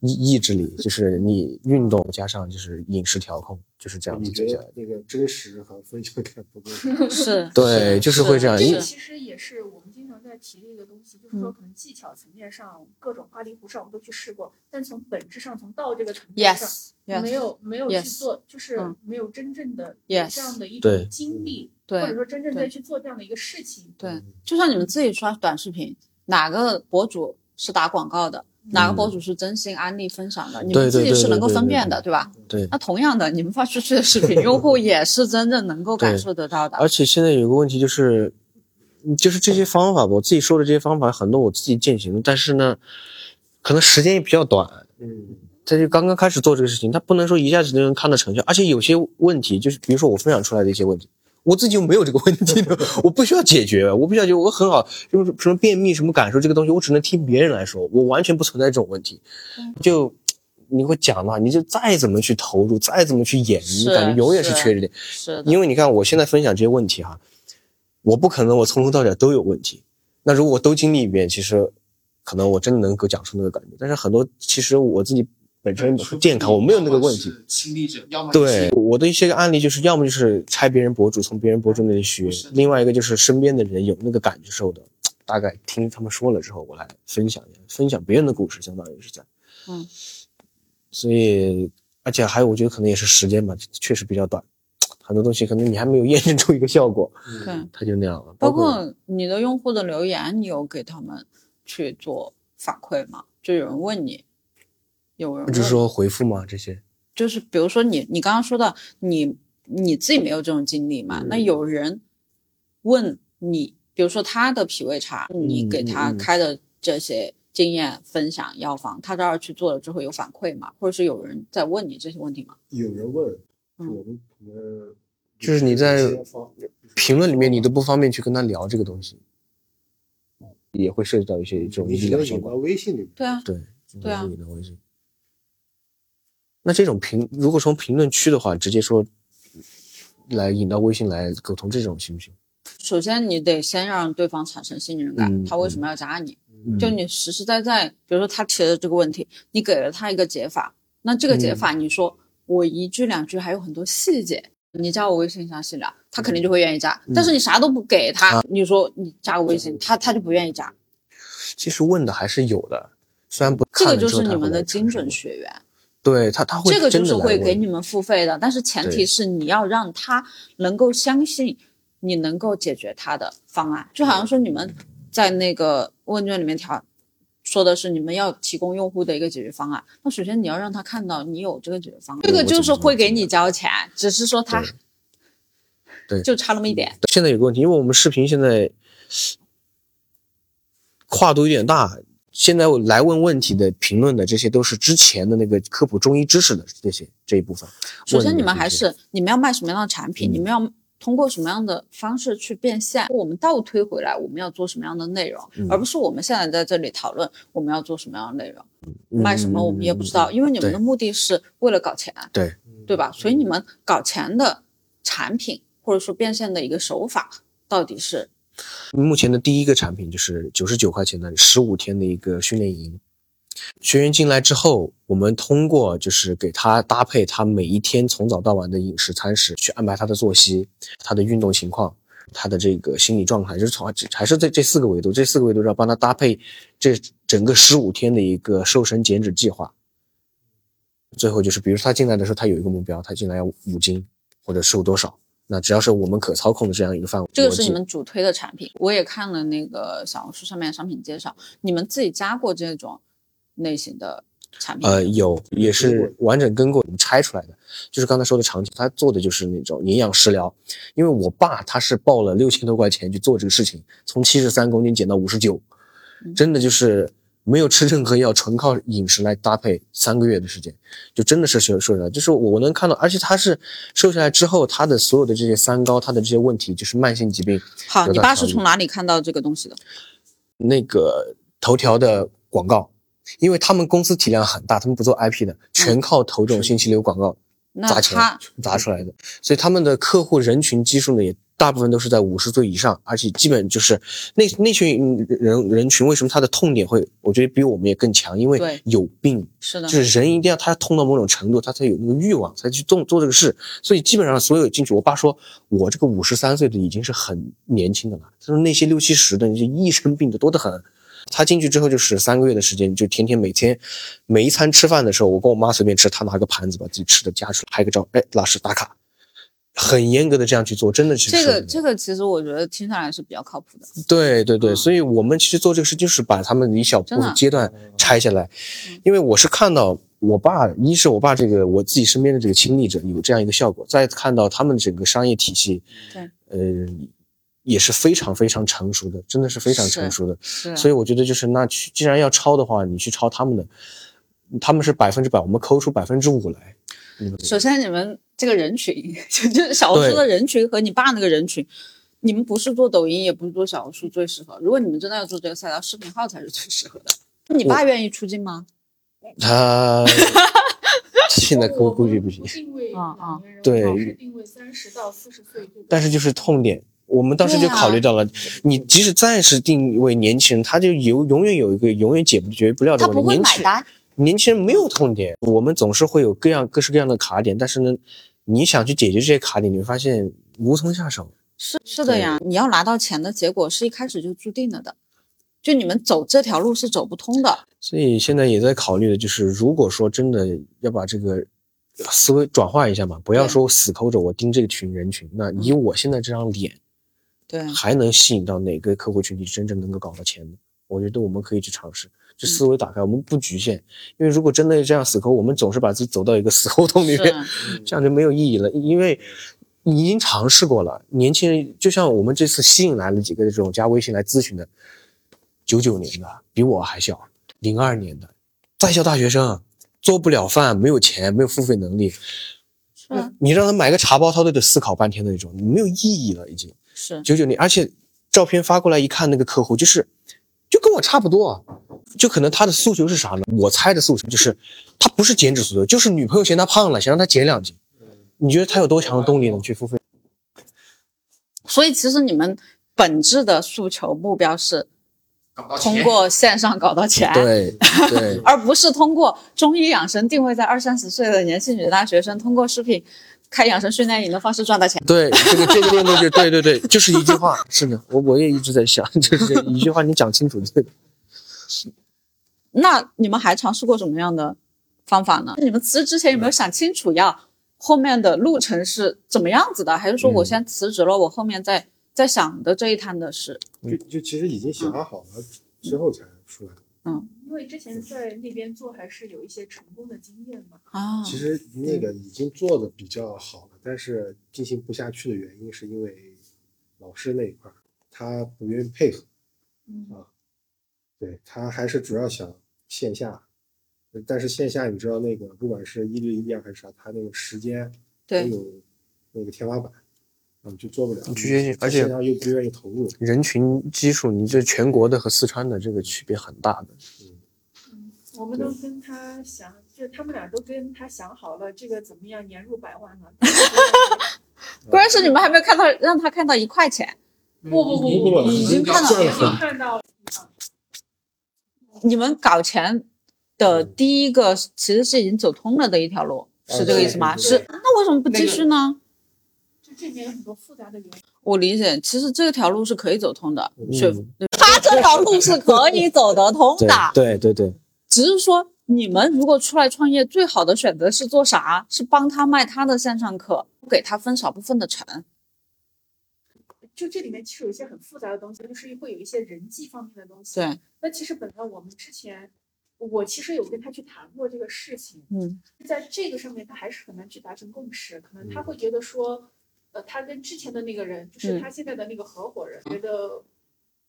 Speaker 2: 意意志力，就是你运动加上就是饮食调控，就是这样
Speaker 4: 你
Speaker 2: 子
Speaker 4: 觉
Speaker 2: 就这样
Speaker 4: 得。那个真实和分享感不
Speaker 5: [laughs]
Speaker 4: 够？
Speaker 1: [laughs] 是
Speaker 2: 对，就是会这样。
Speaker 1: 是
Speaker 5: 啊这
Speaker 2: 啊因
Speaker 5: 个其实也是我们经常在提的一个东西，就是
Speaker 1: 嗯
Speaker 5: 说可能技巧层面上、各种花里胡哨我们都去试过，但从本质上，从道这个层面上
Speaker 1: yes yes
Speaker 5: 没有没有去
Speaker 1: Yes
Speaker 5: 做，就是
Speaker 1: 嗯
Speaker 5: 没有真正的
Speaker 1: Yes 嗯
Speaker 5: 这样的一
Speaker 2: 对
Speaker 5: 种经历，或者
Speaker 1: 对
Speaker 5: 说真正
Speaker 1: 对
Speaker 5: 在去做这样的一个事情。
Speaker 2: 嗯
Speaker 1: 对，就像你们自己刷短视频，哪个博主是打广告的，哪个博主是真心安利分享的，你们
Speaker 2: 嗯对对
Speaker 1: 自己
Speaker 2: 对
Speaker 1: 是
Speaker 2: 对
Speaker 1: 能够
Speaker 2: 对
Speaker 1: 分
Speaker 2: 对
Speaker 1: 辨的，对吧？
Speaker 2: 对
Speaker 1: 那同样的，你们发出去的视
Speaker 2: [laughs]
Speaker 1: 频，用户也是真正能够感
Speaker 2: 对
Speaker 1: 受得到的。
Speaker 2: 而且现在有个问题就是，嗯就是这些方法，我自己说的这些方法很多我自己践行，但是呢，可能时间也比较短，
Speaker 4: 嗯，
Speaker 2: 这就刚刚开始做这个事情，它不能说一下子就能看到成效，而且有些问题就是，比如说我分享出来的一些问题。我自己就没有这个问题的，我不需要解决，我不需要解决，我很好，就是什么便秘什么感受这个东西，我只能听别人来说，我完全不存在这种问题。
Speaker 1: 嗯
Speaker 2: 就你会讲的话，你就再怎么去投入，再怎么去演，你
Speaker 1: 是
Speaker 2: 感觉永远是
Speaker 1: 是
Speaker 2: 缺着点。
Speaker 1: 是的，
Speaker 2: 因为你看我现在分享这些问题哈，我不可能我从头到脚都有问题。那如果我都经历一遍，其实可能我真的能够讲出那个感觉。但是很多其实我自己本身健康，我没有那个问题。，
Speaker 6: 亲历者，要么你
Speaker 2: 对我的一些案例就是，要么就是拆别人博主，从别人博主那里学
Speaker 6: 是；的
Speaker 2: 另外一个就是身边的人有那个感受的，大概听他们说了之后，我来分享一下，分享别人的故事，相当于是这样。
Speaker 1: 嗯，
Speaker 2: 所以而且还有，我觉得可能也是时间吧，确实比较短，很多东西可能你还没有验证出一个效果，
Speaker 1: 对，
Speaker 2: 它就那样了。
Speaker 1: 包
Speaker 2: 嗯包
Speaker 1: 括你的用户的留言，你有给他们去做反馈吗？就有人问你，有人问
Speaker 2: 就是说回复嘛，这些
Speaker 1: 就是比如说你你刚刚说到你你自己没有这种经历嘛，那有人问你，比如说他的脾胃差，你给他开的这些经验分享药方，他这儿去做了之后有反馈嘛，或者是有人在问你这些问题吗？
Speaker 4: 有人问，
Speaker 1: 嗯
Speaker 4: 我们可能
Speaker 2: 就是你在
Speaker 4: 有些方
Speaker 2: 评论里面你都不方便去跟他聊这个东西，也会涉及到一些这种
Speaker 4: 你
Speaker 2: 医
Speaker 4: 只
Speaker 2: 疗
Speaker 4: 能
Speaker 2: 相
Speaker 4: 引
Speaker 2: 关
Speaker 4: 到。微信里面。
Speaker 1: 对啊，
Speaker 2: 对，
Speaker 1: 对啊
Speaker 2: 你的微信。那这种评，如果从评论区的话，直接说来引到微信来沟通，这种行不行？
Speaker 1: 首先你得先让对方产生信任感，
Speaker 2: 嗯
Speaker 1: 他为什么要加你？
Speaker 2: 嗯
Speaker 1: 就你实实在在，比如说他提了这个问题，你给了他一个解法，那这个
Speaker 2: 嗯
Speaker 1: 解法你说、我一句两句还有很多细节，你加我微信加信聊，他
Speaker 2: 嗯
Speaker 1: 肯定就会愿意加。但是你啥都不给
Speaker 2: 啊
Speaker 1: 他，你说你加我微信，他他就不愿意加。
Speaker 2: 其实问的还是有的，虽然不
Speaker 1: 这
Speaker 2: 看
Speaker 1: 个
Speaker 2: 了
Speaker 1: 就
Speaker 2: 之后
Speaker 1: 是
Speaker 2: 他
Speaker 1: 你
Speaker 2: 会
Speaker 1: 们的
Speaker 2: 来
Speaker 1: 精
Speaker 2: 传
Speaker 1: 准
Speaker 2: 授
Speaker 1: 学员，
Speaker 2: 对他他会
Speaker 1: 这个就
Speaker 2: 真
Speaker 1: 是
Speaker 2: 的来
Speaker 1: 会给
Speaker 2: 问
Speaker 1: 你们付费的，但是前提
Speaker 2: 对
Speaker 1: 是你要让他能够相信你能够解决他的方案。就好像说你们在那个问卷里面调说的是你们要提供用户的一个解决方案，那首先你要让他看到你有这个解决方案，这个就是会给你交钱，只是说他
Speaker 2: 对对
Speaker 1: 就差那么一点。
Speaker 2: 现在有个问题，因为我们视频现在跨度有点大。现在我来问问题的、评论的，这些都是之前的那个科普中医知识的这些这一部分。
Speaker 1: 首
Speaker 2: 问
Speaker 1: 先，
Speaker 2: 的
Speaker 1: 你们
Speaker 2: 这
Speaker 1: 还
Speaker 2: 些
Speaker 1: 是你们要卖什么样的产品，
Speaker 2: 嗯
Speaker 1: 你们要通过什么样的方式去变现，我们倒推回来我们要做什么样的内容，
Speaker 2: 嗯
Speaker 1: 而不是我们现在在这里讨论我们要做什么样的内容，
Speaker 2: 嗯
Speaker 1: 卖什么我们也不知道，因为你们
Speaker 2: 对嗯
Speaker 1: 的目的是为了搞钱，
Speaker 2: 对
Speaker 1: 嗯对吧？所以你们搞钱的产品或者说变现的一个手法到底是
Speaker 2: 目前的第一个产品就是九十九块钱的十五天的一个训练营。学员进来之后，我们通过就是给他搭配他每一天从早到晚的饮食餐食，去安排他的作息、他的运动情况、他的这个心理状态，就是从还是在这四个维度，这四个维度要帮他搭配这整个十五天的一个瘦身减脂计划。最后就是，比如他进来的时候，他有一个目标，他进来要五斤或者瘦多少，那只要是我们可操控的这样一个范围，
Speaker 1: 这个是
Speaker 2: 逻
Speaker 1: 你
Speaker 2: 辑
Speaker 1: 们主推的产品。我也看了那个小红书上面的商品介绍，你们自己加过这种类型的产品吗？
Speaker 2: 呃，有也是完整跟过，我们拆出来的，就是刚才说的场景，他做的就是那种营养食疗。因为我爸他是报了六千多块钱去做这个事情，从七十三公斤减到五十九，真的就是没有吃任何药，纯靠饮食来搭配三个月的时间，就真的是瘦瘦下来。就是我能看到，而且他是瘦下来之后，他的所有的这些三高，他的这些问题，就是慢性疾病，
Speaker 1: 好，
Speaker 2: 有
Speaker 1: 你
Speaker 2: 的
Speaker 1: 爸
Speaker 2: 考
Speaker 1: 是
Speaker 2: 虑
Speaker 1: 从哪里看到这个东西的？
Speaker 2: 那个头条的广告，因为他们公司体量很大，他们不做 IP 嗯的，全靠投这种信息流广告
Speaker 1: 那
Speaker 2: 砸钱
Speaker 1: 他
Speaker 2: 砸出来的，所以他们的客户人群基数呢也。大部分都是在五十岁以上，而且基本就是那那群人人群，为什么他的痛点会，我觉得比我们也更强，因为
Speaker 1: 对
Speaker 2: 有病，
Speaker 1: 是的，
Speaker 2: 就是人一定要他痛到某种程度，他才有那个欲望，才去做做这个事。所以基本上所有进去，我爸说我这个五十三岁的已经是很年轻的了，他说那些六七十的那些一身病的多得很。他进去之后就是三个月的时间，就天天每天每一餐吃饭的时候，我跟我妈随便吃，他拿个盘子把自己吃的夹出来，拍个照，哎，老师打卡，很严格的这样去做，真的是
Speaker 1: 这个
Speaker 2: 是
Speaker 1: 这个其实我觉得听下来是比较靠谱的。
Speaker 2: 对对对，
Speaker 1: 嗯
Speaker 2: 所以我们其实做这个事就是把他们的一小部
Speaker 1: 真的嗯
Speaker 2: 分阶段拆下来，因为我是看到我爸，一是我爸这个我自己身边的这个亲历者有这样一个效果，再看到他们整个商业体系，
Speaker 1: 对，
Speaker 2: 呃，也是非常非常成熟的，真的是非常成
Speaker 1: 是
Speaker 2: 熟的，
Speaker 1: 是
Speaker 2: 所以我觉得就是那去既然要抄的话，你去抄他们的，他们是百分之百，我们抠出百分之五来，嗯
Speaker 1: 首先你们这个人群， [laughs] 就就是小红书的人群和你爸那个人群，你们不是做抖音，也不是做小红书最适合。如果你们真的要做这个赛道，视频号才是最适合的。你爸愿意出镜吗？ [laughs]
Speaker 2: 他现在
Speaker 1: 哦
Speaker 2: 估估计不行
Speaker 5: 我。定位
Speaker 1: 啊啊
Speaker 5: 老年人，
Speaker 2: 对
Speaker 5: 我是定位三十到四十岁这个。
Speaker 2: 但是就是痛点。我们当时就
Speaker 1: 对啊
Speaker 2: 考虑到了，你即使暂时定位年轻人，他就有永远有一个永远解决不了
Speaker 1: 他
Speaker 2: 的问题。
Speaker 1: 不会
Speaker 2: 年
Speaker 1: 买
Speaker 2: 轻
Speaker 1: 单，
Speaker 2: 年轻人没有痛点，我们总是会有各样各式各样的卡点，但是呢，你想去解决这些卡点，你会发现无从下手。
Speaker 1: 是是的呀。你要拿到钱的结果是一开始就注定了的，就你们走这条路是走不通的。
Speaker 2: 所以现在也在考虑的就是，如果说真的要把这个思维转化一下嘛，不要
Speaker 1: 对
Speaker 2: 说死抠着我盯这个群人群，那以
Speaker 1: 嗯
Speaker 2: 我现在这张脸，
Speaker 1: 对，
Speaker 2: 还能吸引到哪个客户群体真正能够搞到钱的？我觉得我们可以去尝试，就思维打开，我们不局限。因为如果真的这样死抠，我们总是把自己走到一个死胡同里
Speaker 1: 是啊
Speaker 2: 面，这样就没有意义了。因为你已经尝试过了，年轻人就像我们这次吸引来了几个这种加微信来咨询的，九九年的比我还小，零二年的在校大学生，做不了饭，没有钱，没有付费能力，
Speaker 1: 是
Speaker 2: [laughs]
Speaker 1: 啊
Speaker 2: 你让他买个茶包，他都得思考半天的那种，没有意义了已经。
Speaker 1: 是啊
Speaker 2: 九九年，而且照片发过来一看，那个客户就是就跟我差不多，啊，就可能他的诉求是啥呢？我猜的诉求就是他不是减脂诉求，就是女朋友嫌他胖了，想让他减两斤。你觉得他有多强的动力能去付费？
Speaker 1: 所以其实你们本质的诉求目标是
Speaker 6: 搞到
Speaker 1: 通
Speaker 6: 钱
Speaker 1: 过线上搞到
Speaker 5: 哎
Speaker 1: 钱，
Speaker 2: 对对
Speaker 1: 而不是通过中医养生定位在二三十岁的年轻女大学生，通过视频开养生训练营的方式赚到钱。
Speaker 2: 对，这个这个链路就对对对，就是一句
Speaker 5: [laughs]
Speaker 2: 话。是的，我我也一直在想，就是一句话，你讲清楚这个。
Speaker 1: 那你们还尝试过什么样的方法呢？你们辞职之前有没有想清楚要后面的路程是怎么样子的？还是说我先辞职了，我后面再再想的这一摊的事？
Speaker 4: 嗯就就其实已经想好了之后才出来。
Speaker 1: 嗯
Speaker 5: 因为之前在那边做还是有一些成功的经验嘛。
Speaker 1: 啊，
Speaker 4: 其实那个已经做的比较好了，但是进行不下去的原因是因为老师那一块儿他不愿意配合，啊
Speaker 5: 嗯
Speaker 4: 对他还是主要想线下，但是线下你知道那个不管是一对一啊还是啥，他那个时间都
Speaker 1: 对
Speaker 4: 有那个天花板，啊、嗯，就做不了。
Speaker 2: 直接而且
Speaker 4: 线下又不愿意投入，
Speaker 2: 人群基数，你这全国的和四川的这个区别很大的。
Speaker 5: 嗯，我们都跟他想，就是他们俩都跟他想好了，这个怎么样年入百万了。
Speaker 1: 关键是你们还没有看到，让他看到一块钱，
Speaker 6: 嗯
Speaker 5: 不不
Speaker 4: 不不不
Speaker 5: 已经
Speaker 1: 看到
Speaker 4: 这
Speaker 5: 已
Speaker 4: 样
Speaker 5: 经
Speaker 4: 很
Speaker 5: 看到了，
Speaker 1: 你们搞钱的
Speaker 2: 嗯
Speaker 1: 第一个其实是已经走通了的一条
Speaker 2: 哦
Speaker 1: 路，是这个意思吗？
Speaker 4: 对
Speaker 1: 是，那为什么不继续呢？
Speaker 5: 就这里面有很多复杂的原因。
Speaker 1: 我理解，其实这条路是可以走通的，
Speaker 2: 嗯
Speaker 1: 是他这条路是可以走得通的，
Speaker 2: 对对对，
Speaker 1: 只是说你们如果出来创业，最好的选择是做啥？是帮他卖他的线上课，不给他分少部分的成。
Speaker 5: 就这里面其实有一些很复杂的东西，就是会有一些人际方面的东西。
Speaker 1: 对，
Speaker 5: 那其实本来我们之前，我其实有跟他去谈过这个事情，
Speaker 1: 嗯，
Speaker 5: 在这个上面他还是很难去达成共识，可
Speaker 2: 嗯
Speaker 5: 能他会觉得说，呃，他跟之前的那个人，就是
Speaker 1: 嗯
Speaker 5: 他现在的那个合伙
Speaker 2: 嗯
Speaker 5: 人，觉得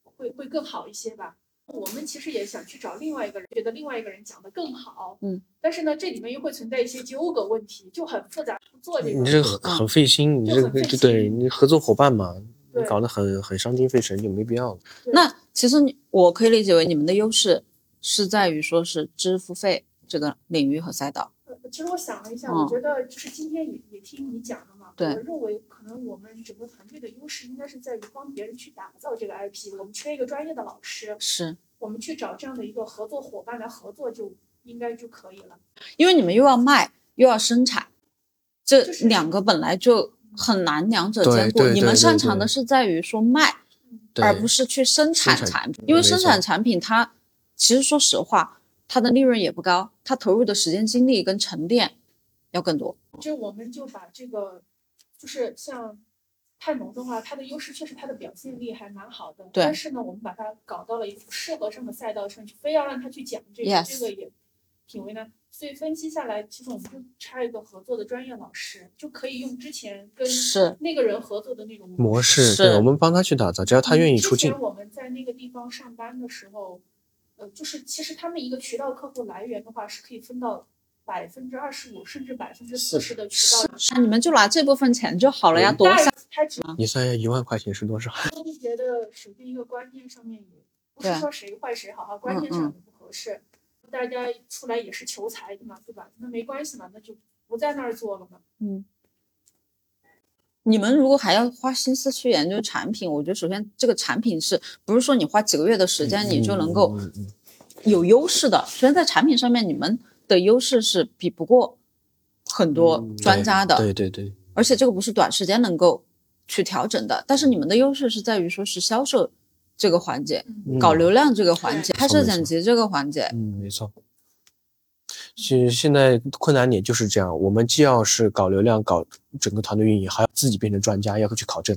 Speaker 5: 会会更好一些吧。我们其实也想去找另外一个人，觉得另外一个人讲的更好，
Speaker 1: 嗯，
Speaker 5: 但是呢，这里面又会存在一些纠葛问题，就很复杂，不做这
Speaker 2: 你
Speaker 5: 个。
Speaker 2: 这个很很费心，你这
Speaker 5: 嗯就很
Speaker 2: 个
Speaker 5: 费心
Speaker 2: 对你合作伙伴嘛，
Speaker 5: 对
Speaker 2: 搞得很很伤筋费神，就没必要了。
Speaker 5: 对
Speaker 1: 那其实你我可以理解为你们的优势是在于说是支付费这个领域和赛道。
Speaker 5: 呃其实我想了一下，
Speaker 1: 嗯
Speaker 5: 我觉得就是今天也也听你讲了嘛，
Speaker 1: 对
Speaker 5: 我认为可能我们整个团队的优势应该是在于帮别人去打造这个 IP，我们缺一个专业的老师，
Speaker 1: 是
Speaker 5: 我们去找这样的一个合作伙伴来合作就应该就可以了。
Speaker 1: 因为你们又要卖又要生产，这
Speaker 5: 就是
Speaker 1: 两个本来就很难两者兼顾。
Speaker 2: 对对对
Speaker 1: 你们擅长
Speaker 2: 对
Speaker 1: 的是在于说卖，
Speaker 2: 对
Speaker 1: 而不是去生产
Speaker 2: 生产
Speaker 1: 产品，因为
Speaker 2: 没
Speaker 1: 生
Speaker 2: 错
Speaker 1: 产产品它其实说实话，它的利润也不高，它投入的时间精力跟沉淀要更多。
Speaker 5: 就我们就把这个，就是像泰农的话，它的优势确实它的表现力还蛮好的，
Speaker 1: 对
Speaker 5: 但是呢，我们把它搞到了一个不适合上的赛道上去，非要让他去讲这个
Speaker 1: Yes
Speaker 5: 这个也挺为难。所以分析下来，其实我们就差一个合作的专业老师，就可以用之前跟
Speaker 1: 是
Speaker 5: 那个人合作的那种
Speaker 2: 模式，
Speaker 1: 是嗯
Speaker 2: 对我们帮他去打造，只要他愿意出
Speaker 5: 嗯之
Speaker 2: 镜
Speaker 5: 前，我们在那个地方上班的时候，呃，就是其实他们一个渠道客户来源的话，是可以分到百分之二十五甚至百分之四十的渠道。
Speaker 1: 那你们就拿这部分钱就好了呀，多
Speaker 5: 但
Speaker 1: 三
Speaker 5: 他只
Speaker 2: 你算一下一万块钱是多少？
Speaker 5: 是觉得首先一个观念上面也不是
Speaker 1: 对
Speaker 5: 说谁坏谁好哈，观念上也不合适，大家出来也是求财的嘛，对吧？那没关系嘛，那就不在那儿做了嘛。
Speaker 1: 嗯。你们如果还要花心思去研究产品，我觉得首先这个产品是不是说你花几个月的时间你就能够
Speaker 2: 嗯嗯嗯嗯
Speaker 1: 有优势的。虽然在产品上面你们的优势是比不过很多
Speaker 2: 嗯
Speaker 1: 专家的，
Speaker 2: 对对对，
Speaker 1: 而且这个不是短时间能够去调整的。但是你们的优势是在于说是销售这个环节、
Speaker 5: 嗯
Speaker 2: 嗯
Speaker 1: 搞流量这个环节、
Speaker 2: 对
Speaker 1: 拍摄剪辑这个环节，
Speaker 2: 嗯，没错。现现在困难点就是这样，我们既要是搞流量，搞整个团队运营，还要自己变成专家，要去考证，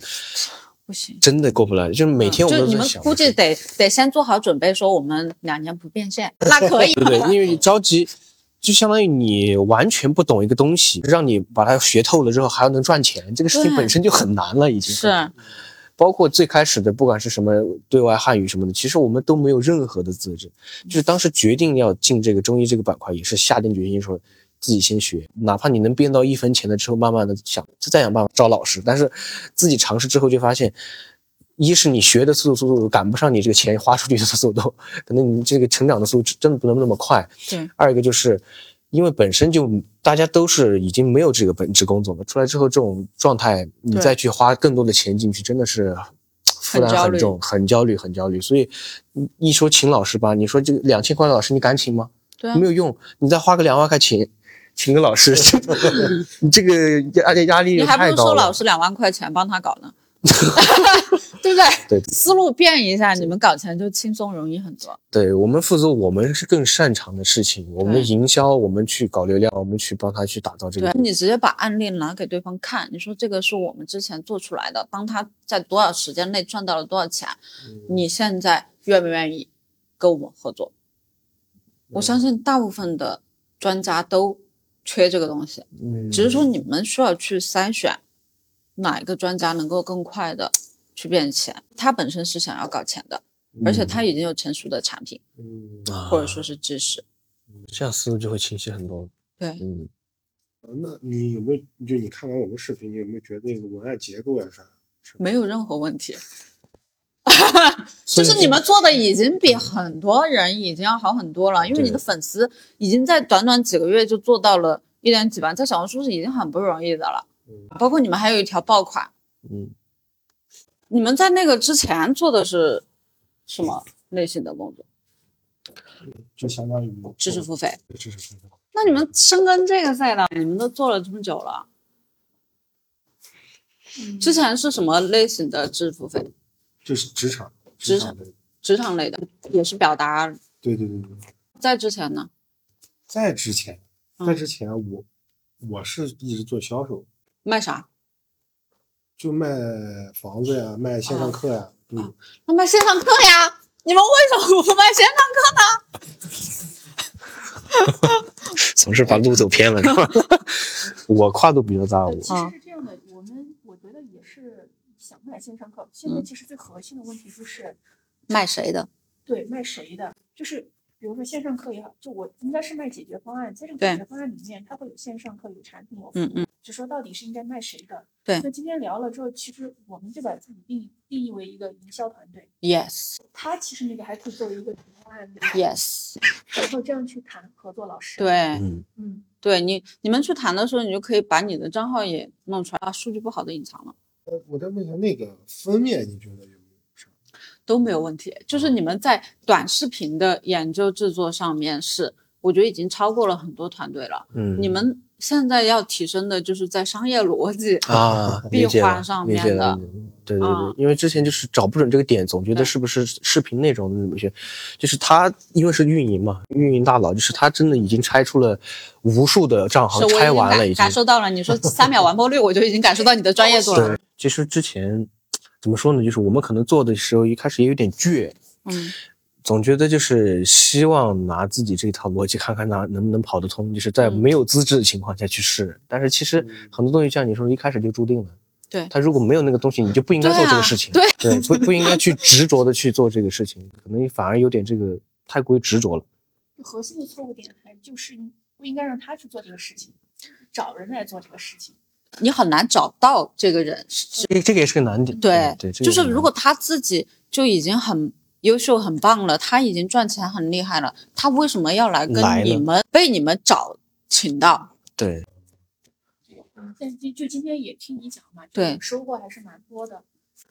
Speaker 1: 不行。
Speaker 2: 真的过不来。就是每天
Speaker 1: 嗯
Speaker 2: 我们
Speaker 1: 就
Speaker 2: 都
Speaker 1: 你
Speaker 2: 在
Speaker 1: 们
Speaker 2: 想，
Speaker 1: 估计得得先做好准备，说我们两年不变现，那可
Speaker 2: [laughs]
Speaker 1: 以
Speaker 2: 对不对？因为你着急，就相当于你完全不懂一个东西，让你把它学透了之后还要能赚钱，这个事情
Speaker 1: 对
Speaker 2: 本身就很难了，已经
Speaker 1: 是
Speaker 2: 包括最开始的不管是什么对外汉语什么的，其实我们都没有任何的资质。就是当时决定要进这个中医这个板块，也是下定决心说自己先学，哪怕你能变到一分钱了之后，慢慢的想再想办法招老师，但是自己尝试之后就发现。一是你学的速度速度赶不上你这个钱花出去的速度， [laughs] 可能你这个成长的速度真的不能那么快。
Speaker 1: 对，
Speaker 2: 二一个就是因为本身就大家都是已经没有这个本职工作了，出来之后这种状态，你
Speaker 1: 对
Speaker 2: 再去花更多的钱进去，真的是负担
Speaker 1: 焦
Speaker 2: 很
Speaker 1: 虑
Speaker 2: 重，很焦虑，很焦虑。所以你一说请老师吧，你说这两千块的老师你敢请吗？
Speaker 1: 对啊
Speaker 2: 没，有用，你再花个两万块请请个
Speaker 1: [laughs]
Speaker 2: 老师， [laughs] 你这个压压力
Speaker 1: 你还不
Speaker 2: 太
Speaker 1: 如
Speaker 2: 高
Speaker 1: 收
Speaker 2: 了
Speaker 1: 老。师两万块钱帮他搞
Speaker 2: [laughs]
Speaker 1: 呢，对不对？
Speaker 2: 对
Speaker 1: 思路变一下，你们搞钱就轻松容易很多。
Speaker 2: 对我们负责我们是更擅长的事情，我
Speaker 1: 对
Speaker 2: 们营销，我们去搞流量，我们去帮他去打造这
Speaker 1: 对
Speaker 2: 个。
Speaker 1: 你直接把案例拿给对方看，你说这个是我们之前做出来的，帮他在多少时间内赚到了多少钱，
Speaker 4: 嗯
Speaker 1: 你现在愿不愿意跟我们合作？我
Speaker 4: 嗯
Speaker 1: 相信大部分的专家都缺这个东西，
Speaker 2: 嗯
Speaker 1: 只是说你们需要去筛选哪一个专家能够更快的去变现。他本身是想要搞钱的，而且他已经有成熟的产品
Speaker 4: 嗯，
Speaker 2: 啊
Speaker 1: 或者说是知识，
Speaker 2: 这样思路就会清晰很多。
Speaker 1: 对，
Speaker 2: 嗯，
Speaker 4: 呃那你有没有就你看完我们视频，你有没有觉得那个文案结构呀啥？
Speaker 1: 没有任何问题。
Speaker 2: 所
Speaker 1: 就
Speaker 2: 以
Speaker 1: 是你们做的已经比很多人已经要好很多了，因为
Speaker 2: 对
Speaker 1: 你的粉丝已经在短短几个月就做到了一点几万，在小红书是已经很不容易的了
Speaker 4: 嗯。
Speaker 1: 包括你们还有一条爆款，
Speaker 2: 嗯，
Speaker 1: 你们在那个之前做的是什么类型的工作？
Speaker 4: 就相当于哦
Speaker 1: 知识付费。
Speaker 4: 知识付费。
Speaker 1: 那你们深耕这个赛道，你们都做了这么久了，
Speaker 2: 嗯
Speaker 1: 之前是什么类型的知识付费？
Speaker 4: 就是职场，
Speaker 1: 职
Speaker 4: 场
Speaker 1: 场
Speaker 4: 的，
Speaker 1: 职场类的，也是表达。
Speaker 4: 对对对对。
Speaker 1: 在之前呢？
Speaker 4: 在之前，
Speaker 1: 嗯
Speaker 4: 在之前我我是一直做销售，
Speaker 1: 卖啥？
Speaker 4: 就卖房子呀，卖线上课
Speaker 1: 啊
Speaker 4: 呀，嗯，
Speaker 1: 那卖线上课呀？你们为什么不卖线上课？
Speaker 2: 总是把路走偏了。
Speaker 1: [laughs]
Speaker 2: 我跨度比较大，我
Speaker 5: 呃，其
Speaker 1: 啊
Speaker 5: 实是这样的，我们我觉得也是想买线上课。现在
Speaker 1: 嗯
Speaker 5: 其实最核心的问题就是，
Speaker 1: 卖谁的？
Speaker 5: 对卖谁的，就是比如说线上课也好，就我应该是卖解决方案，在这个
Speaker 1: 对
Speaker 5: 解决方案里面，它会有线上课，有产品，有服务
Speaker 1: 嗯嗯，
Speaker 5: 就说到底是应该卖谁的。
Speaker 1: 对
Speaker 5: 那今天聊了之后，其实我们就把自己定义定义为一个营销团队，
Speaker 1: ，yes
Speaker 5: 他其实那个还可以作为一个提案，
Speaker 1: yes，
Speaker 5: 然后这样去谈合作老师。，
Speaker 1: 对
Speaker 2: 嗯，
Speaker 5: 嗯，
Speaker 1: 对，你你们去谈的时候，你就可以把你的账号也弄出来，把啊数据不好的隐藏了，
Speaker 4: 呃我再问一下那个封面，你觉得有没有啥？
Speaker 1: 都没有问题。就是你们在短视频的研究制作上面是，我觉得已经超过了很多团队了。
Speaker 2: 嗯
Speaker 1: 你们现在要提升的就是在商业逻辑，
Speaker 2: 啊，理解
Speaker 1: 壁画
Speaker 2: 了
Speaker 1: 上
Speaker 2: 理解
Speaker 1: 面的
Speaker 2: 了对对对
Speaker 1: 啊，
Speaker 2: 因为之前就是找不准这个点，总觉得
Speaker 1: 对
Speaker 2: 是不是视频内容怎么学，就是他因为是运营嘛，运营大佬，就是他真的已经拆出了无数的账号
Speaker 1: 是，我已
Speaker 2: 拆
Speaker 1: 经
Speaker 2: 完了
Speaker 1: 感
Speaker 2: 已经
Speaker 1: 感。受到了。你说三秒完播率，我就已经感受到你的专业
Speaker 2: [laughs]
Speaker 1: 度了
Speaker 2: 对。，其实之前怎么说呢，就是我们可能做的时候一开始也有点倔，
Speaker 1: 嗯，
Speaker 2: 总觉得就是希望拿自己这套逻辑看看哪能不能跑得通，就是在
Speaker 1: 嗯
Speaker 2: 没有资质的情况下去试。但是其实
Speaker 4: 嗯
Speaker 2: 很多东西像你说，一开始就注定了。
Speaker 1: 对
Speaker 2: 他如果没有那个东西，你就不应该
Speaker 1: 对
Speaker 2: 做这个
Speaker 1: 啊
Speaker 2: 事情。
Speaker 1: 对啊
Speaker 2: 对，不不应该去执着的去做这个事情，可能反而有点这个太过于执着了。
Speaker 5: 就核心的错误点还就是不应该让他去做这个事情，找人来做这个事情。
Speaker 1: 你很难找到这个人，
Speaker 2: 这这个也是个难点。嗯
Speaker 1: 对，
Speaker 2: 对，
Speaker 1: 就
Speaker 2: 这个也
Speaker 1: 是
Speaker 2: 难
Speaker 1: 如果他自己就已经很优秀、很棒了，他已经赚钱很厉害了，他为什么要来跟
Speaker 2: 来
Speaker 1: 你
Speaker 2: 呢
Speaker 1: 们被你们找请到？
Speaker 2: 对
Speaker 5: 嗯，但就就今天也听你讲嘛，就
Speaker 1: 对
Speaker 5: 收获还是蛮多的。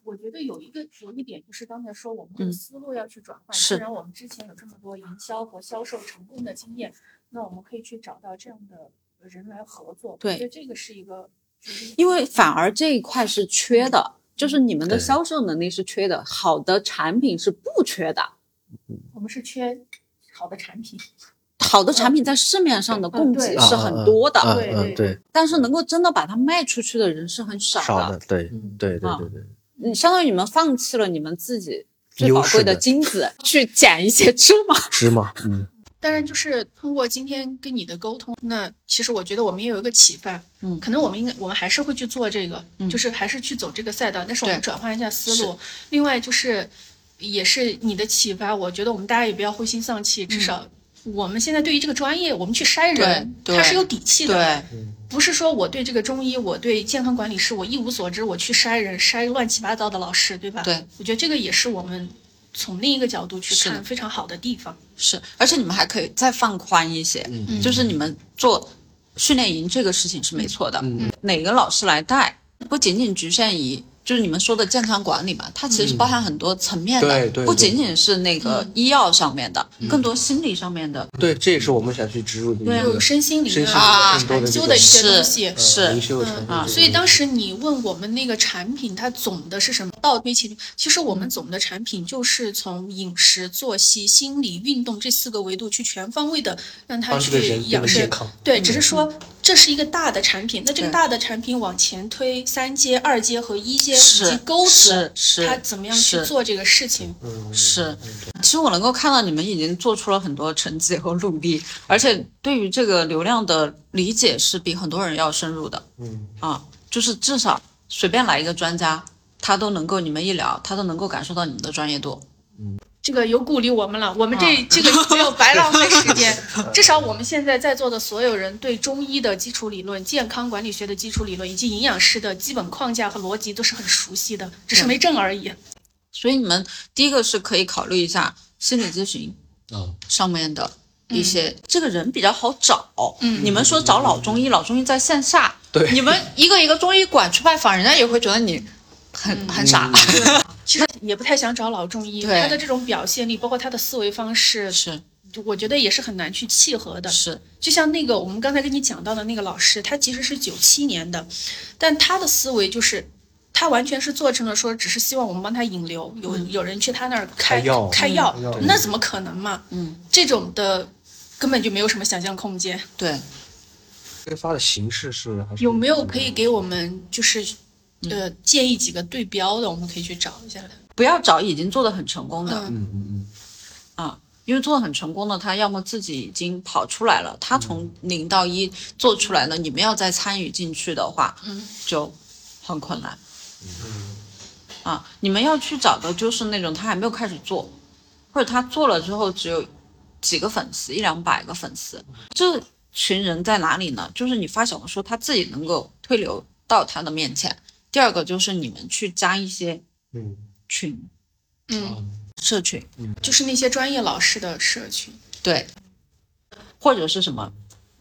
Speaker 5: 我觉得有一个有一点就是刚才说我们这
Speaker 1: 嗯
Speaker 5: 个思路要去转换，
Speaker 1: 是
Speaker 5: 既然我们之前有这么多营销和销售成功的经验，那我们可以去找到这样的人来合作。
Speaker 1: 对
Speaker 5: 我觉得这个是一个，就是
Speaker 1: 因为反而这一块是缺的，就是你们的
Speaker 2: 对
Speaker 1: 销售能力是缺的，好的产品是不缺的，
Speaker 5: 我们是缺好的产品，
Speaker 1: 好的产品在市面上的供给
Speaker 5: 对
Speaker 1: 是很多的，
Speaker 2: 啊啊
Speaker 5: 对
Speaker 2: 啊
Speaker 5: 对
Speaker 2: 对，
Speaker 1: 但是能够真的把它卖出去的人是很少
Speaker 2: 少的，对
Speaker 6: 嗯
Speaker 2: 对对
Speaker 1: 啊
Speaker 2: 对对。
Speaker 1: 你相当于你们放弃了你们自己最宝
Speaker 2: 优势
Speaker 1: 贵的
Speaker 2: 的
Speaker 1: 精子，去捡一些芝麻。
Speaker 2: 芝麻，嗯，
Speaker 7: 当然，就是通过今天跟你的沟通，那其实我觉得我们也有一个启发。
Speaker 1: 嗯
Speaker 7: 可能我们应该，我们还是会去做这个，
Speaker 1: 嗯
Speaker 7: 就是还是去走这个赛道，但是我们
Speaker 1: 对
Speaker 7: 转换一下思路。另外就是，也是你的启发，我觉得我们大家也不要灰心丧气，至
Speaker 1: 嗯
Speaker 7: 少我们现在对于这个专业，我们去筛人，
Speaker 1: 对对
Speaker 7: 他是有底气的。，不是说我对这个中医，我对健康管理师我一无所知，我去筛人筛乱七八糟的老师，对吧？
Speaker 1: 对，
Speaker 7: 我觉得这个也是我们从另一个角度去
Speaker 1: 是的
Speaker 7: 看非常好的地方。
Speaker 1: 是，而且你们还可以再放宽一些，
Speaker 7: 嗯
Speaker 1: 就是你们做训练营这个事情是没错的，
Speaker 2: 嗯
Speaker 1: 哪个老师来带，不仅仅局限于。就是你们说的健康管理嘛，它其实包含很多层面的，
Speaker 2: 嗯对对
Speaker 1: 不
Speaker 2: 对嗯
Speaker 1: 仅仅是那个
Speaker 7: 嗯
Speaker 1: 医药上面的，更多心理上面的。
Speaker 2: 对，这也是我们想去植入的一
Speaker 1: 对啊
Speaker 7: 有身心
Speaker 2: 身
Speaker 7: 灵
Speaker 2: 心
Speaker 7: 啊、
Speaker 2: 灵更多
Speaker 7: 禅
Speaker 2: 的这
Speaker 7: 修
Speaker 2: 种
Speaker 7: 的一些
Speaker 1: 是
Speaker 7: 东西。
Speaker 1: 是
Speaker 2: 修
Speaker 7: 嗯
Speaker 1: 啊
Speaker 7: 所以当时你问我们那个产品，它总的是什么倒推前，其实我们总的产品就是从饮食、作息、心理、运动这四个维度去全方位的让他去养生。
Speaker 2: 康，
Speaker 7: 对，只是说这是一个大的产品，那这个
Speaker 1: 对
Speaker 7: 大的产品往前推三阶、二阶和一阶以及
Speaker 1: 是
Speaker 7: 钩子，
Speaker 1: 是是
Speaker 7: 它怎么样去
Speaker 1: 是
Speaker 7: 做这个事情？
Speaker 2: 嗯
Speaker 1: 是，其实我能够看到你们已经做出了很多成绩和努力，而且对于这个流量的理解是比很多人要深入的。
Speaker 2: 嗯
Speaker 1: 啊，就是至少随便来一个专家，他都能够你们一聊，他都能够感受到你们的专业度。
Speaker 5: 这个有鼓励我们了，我们这、这个没有白浪费时间。至少我们现在在座的所有人对中医的基础理论、健康管理学的基础理论以及营养师的基本框架和逻辑都是很熟悉的，只是没证而已。
Speaker 1: 所以你们第一个是可以考虑一下心理咨询
Speaker 2: 啊，
Speaker 1: 上面的一些，这个人比较好找。
Speaker 5: 嗯
Speaker 1: 你们说找老中医，老中医在线下，
Speaker 2: 嗯对
Speaker 1: 你们一个一个中医馆去拜访，人家也会觉得你很很傻。
Speaker 2: 嗯
Speaker 5: 其实也不太想找老中医，
Speaker 1: 对
Speaker 5: 他的这种表现力，包括他的思维方
Speaker 1: [laughs]
Speaker 5: 式，
Speaker 1: 是
Speaker 5: 我觉得也是很难去契合的。
Speaker 1: 是，
Speaker 5: 就像那个我们刚才跟你讲到的那个老师，他其实是九七年的，但他的思维就是，他完全是做成了说，只是希望我们帮他引流，有有人去他那儿开
Speaker 2: 开药
Speaker 5: 开药
Speaker 8: 嗯开药
Speaker 5: 那怎么可能嘛？
Speaker 1: 嗯，
Speaker 5: 这种的根本就没有什么想象空间。
Speaker 1: 对，
Speaker 2: 开发的形式是还是
Speaker 5: 有没有可以给我们就是，呃，建议几个对标的，我们可以去找一下的。
Speaker 1: 不要找已经做的很成功的、
Speaker 5: 嗯
Speaker 2: 嗯嗯嗯
Speaker 1: 啊，因为做的很成功的，他要么自己已经跑出来了，他从零到一做出来了，你们要再参与进去的话，
Speaker 5: 嗯，
Speaker 1: 就很困难。啊，你们要去找的就是那种他还没有开始做，或者他做了之后只有几个粉丝，一两百个粉丝，这群人在哪里呢？就是你发小红书，他自己能够推流到他的面前。第二个就是你们去加一些
Speaker 2: 嗯
Speaker 1: 群
Speaker 5: 嗯，
Speaker 1: 社群，
Speaker 5: 就是那些专业老师的社群。
Speaker 1: 对，或者是什么，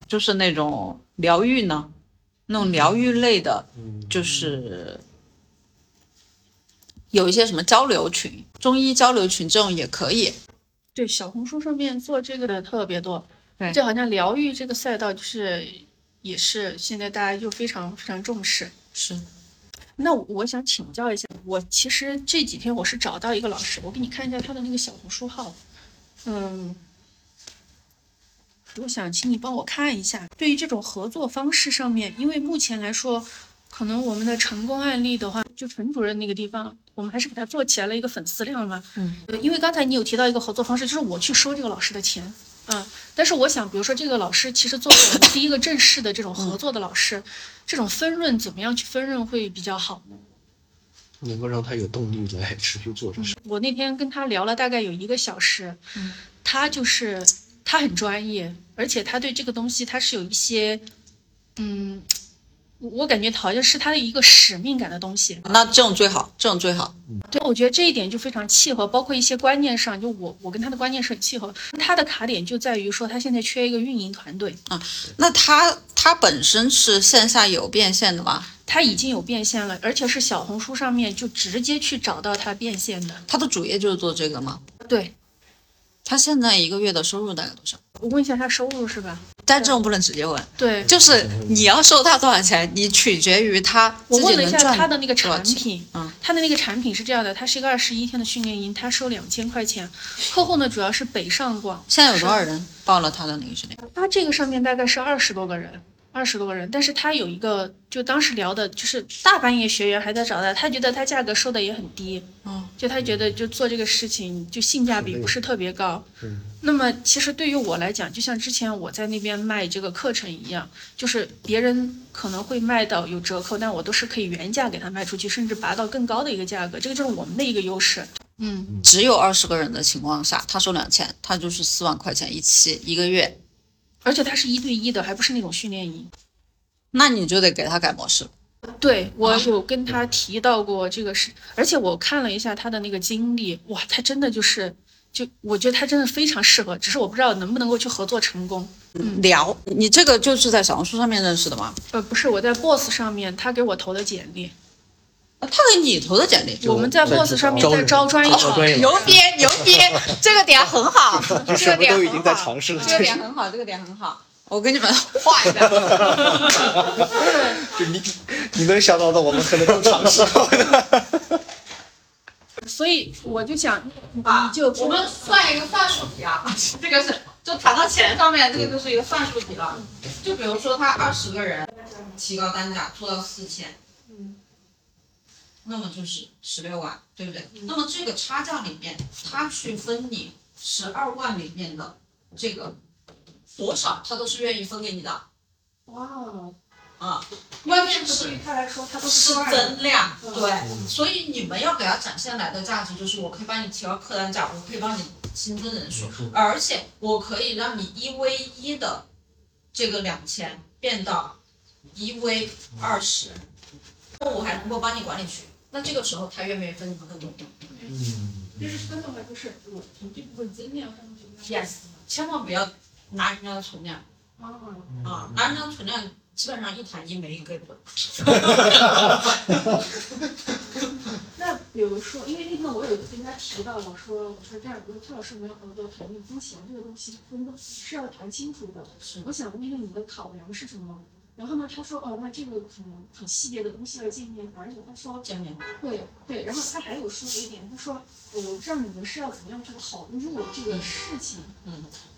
Speaker 1: 就是那种疗愈呢，那种疗愈类的，就是有一些什么交流群、中医交流群这种也可以。
Speaker 5: 对，小红书上面做这个的特别多。
Speaker 1: 对
Speaker 5: 这好像疗愈这个赛道，就是也是现在大家就非常非常重视。
Speaker 1: 是，
Speaker 5: 那我想请教一下，我其实这几天我是找到一个老师，我给你看一下他的那个小红书号。嗯，我想请你帮我看一下，对于这种合作方式上面，因为目前来说，可能我们的成功案例的话，就陈主任那个地方，我们还是给他做起来了一个粉丝量嘛。
Speaker 1: 嗯
Speaker 5: 呃，因为刚才你有提到一个合作方式，就是我去收这个老师的钱。嗯，但是我想，比如说这个老师，其实作为我们第一个正式的这种合作的老师，这种分润怎么样去分润会比较好呢？
Speaker 2: 能够让他有动力来持续做这事。
Speaker 5: 我那天跟他聊了大概有一个小时，
Speaker 1: 嗯
Speaker 5: 他就是他很专业，而且他对这个东西他是有一些，嗯，我我感觉好像是他的一个使命感的东西。
Speaker 1: 那这种最好，这种最好。
Speaker 5: 对，我觉得这一点就非常契合，包括一些观念上，就我我跟他的观念是很契合。他的卡点就在于说他现在缺一个运营团队，
Speaker 1: 那它它本身是线下有变现的吗？
Speaker 5: 他已经有变现了，而且是小红书上面就直接去找到他变现的。
Speaker 1: 它的主业就是做这个吗？
Speaker 5: 对，
Speaker 1: 它现在一个月的收入大概多少？
Speaker 5: 我问一下他收入是吧？
Speaker 1: 但这种不能直接问，
Speaker 5: 对，
Speaker 1: 就是你要收他多少钱，你取决于他
Speaker 5: 我
Speaker 1: 自己
Speaker 5: 问了
Speaker 1: 能
Speaker 5: 一下
Speaker 1: 赚
Speaker 5: 他的那个
Speaker 1: 多少
Speaker 5: 产
Speaker 1: 钱
Speaker 5: 品，
Speaker 1: 嗯
Speaker 5: 他的那个产品是这样的，它是一个二十一天的训练营，他收两千块钱，客户呢主要是北上广，
Speaker 1: 现在有多少人报了他的那个训练？
Speaker 5: 他这个上面大概是二十多个人，二十多个人，但是他有一个，就当时聊的就是大半夜学员还在找他，他觉得他价格收的也很低，
Speaker 1: 嗯，
Speaker 5: 就他觉得就做这个事情就性价比不是特别高。那么其实对于我来讲，就像之前我在那边卖这个课程一样，就是别人可能会卖到有折扣，但我都是可以原价给他卖出去，甚至拔到更高的一个价格，这个就是我们的一个优势。嗯，
Speaker 1: 只有二十个人的情况下，他收两千，他就是四万块钱一期一个月，
Speaker 5: 而且它是一对一的，还不是那种训练营。
Speaker 1: 那你就得给他改模式。
Speaker 5: 对我
Speaker 1: 啊
Speaker 5: 有跟他提到过这个事，而且我看了一下他的那个经历，哇，他真的就是，就我觉得他真的非常适合，只是我不知道能不能够去合作成功。
Speaker 1: 聊，你这个就是在小红书上面认识的吗？
Speaker 5: 呃，不是，我在 Boss 上面他给我投的简历，
Speaker 1: 啊他给你投的简历，
Speaker 5: 我们在
Speaker 2: 在
Speaker 5: Boss 上面
Speaker 2: 招
Speaker 5: 在
Speaker 2: 人
Speaker 5: 招专业
Speaker 2: 招专业
Speaker 5: 老师，
Speaker 1: 牛逼牛逼，这个点很好， [laughs] 这个点很好，
Speaker 2: 试
Speaker 1: 这个点很好，这个点很好。我给你们画一 [laughs] 下，
Speaker 2: 就你你能想到的，我们可能都尝试过的。
Speaker 5: 所以我就想，你
Speaker 1: 啊
Speaker 5: 你就
Speaker 1: 我们算一个算术题啊， [laughs] 这个是就谈到钱上面，这个就是一个算术题了。就比如说他二十个人提高单价做到四千，
Speaker 5: 嗯
Speaker 1: 那么就是十六万，对不对？那么这个差价里面，他去分你十二万里面的这个多少，他都是愿意分给你的。
Speaker 9: 哇，
Speaker 1: 啊，
Speaker 5: 哦关键是对于他来说，他都
Speaker 1: 是
Speaker 5: 是外人。
Speaker 1: 增量，
Speaker 5: 嗯
Speaker 1: 对，所以你们要给他展现来的价值就是，我可以帮你提高客单价，我可以帮你新增人数，而且我可以让你一 v 一的这个两千变到一 v 二十，那我还能够帮你管理群，那这个时候他愿不愿意分你们更多
Speaker 2: 嗯
Speaker 5: 其实根本还不是我从这部分增量上去应该
Speaker 1: ？Yes，千万不要拿人家的存量。
Speaker 5: 啊，
Speaker 1: 啊，拿人家存量基本上一谈一没一个的。
Speaker 5: 那比如说，因为那天我有跟他提到，我说我说这样，比如蔡老师没有合作谈论金钱这个东西，分都是要谈清楚的。
Speaker 1: 是
Speaker 5: 我想问问你的考量是什么？然后呢，他说哦，那这个可能很细节的东西要见面，而且他说
Speaker 1: 见面
Speaker 5: 对对，然后他还有说了一点，他说我让你们是要怎么样去考入这个事情，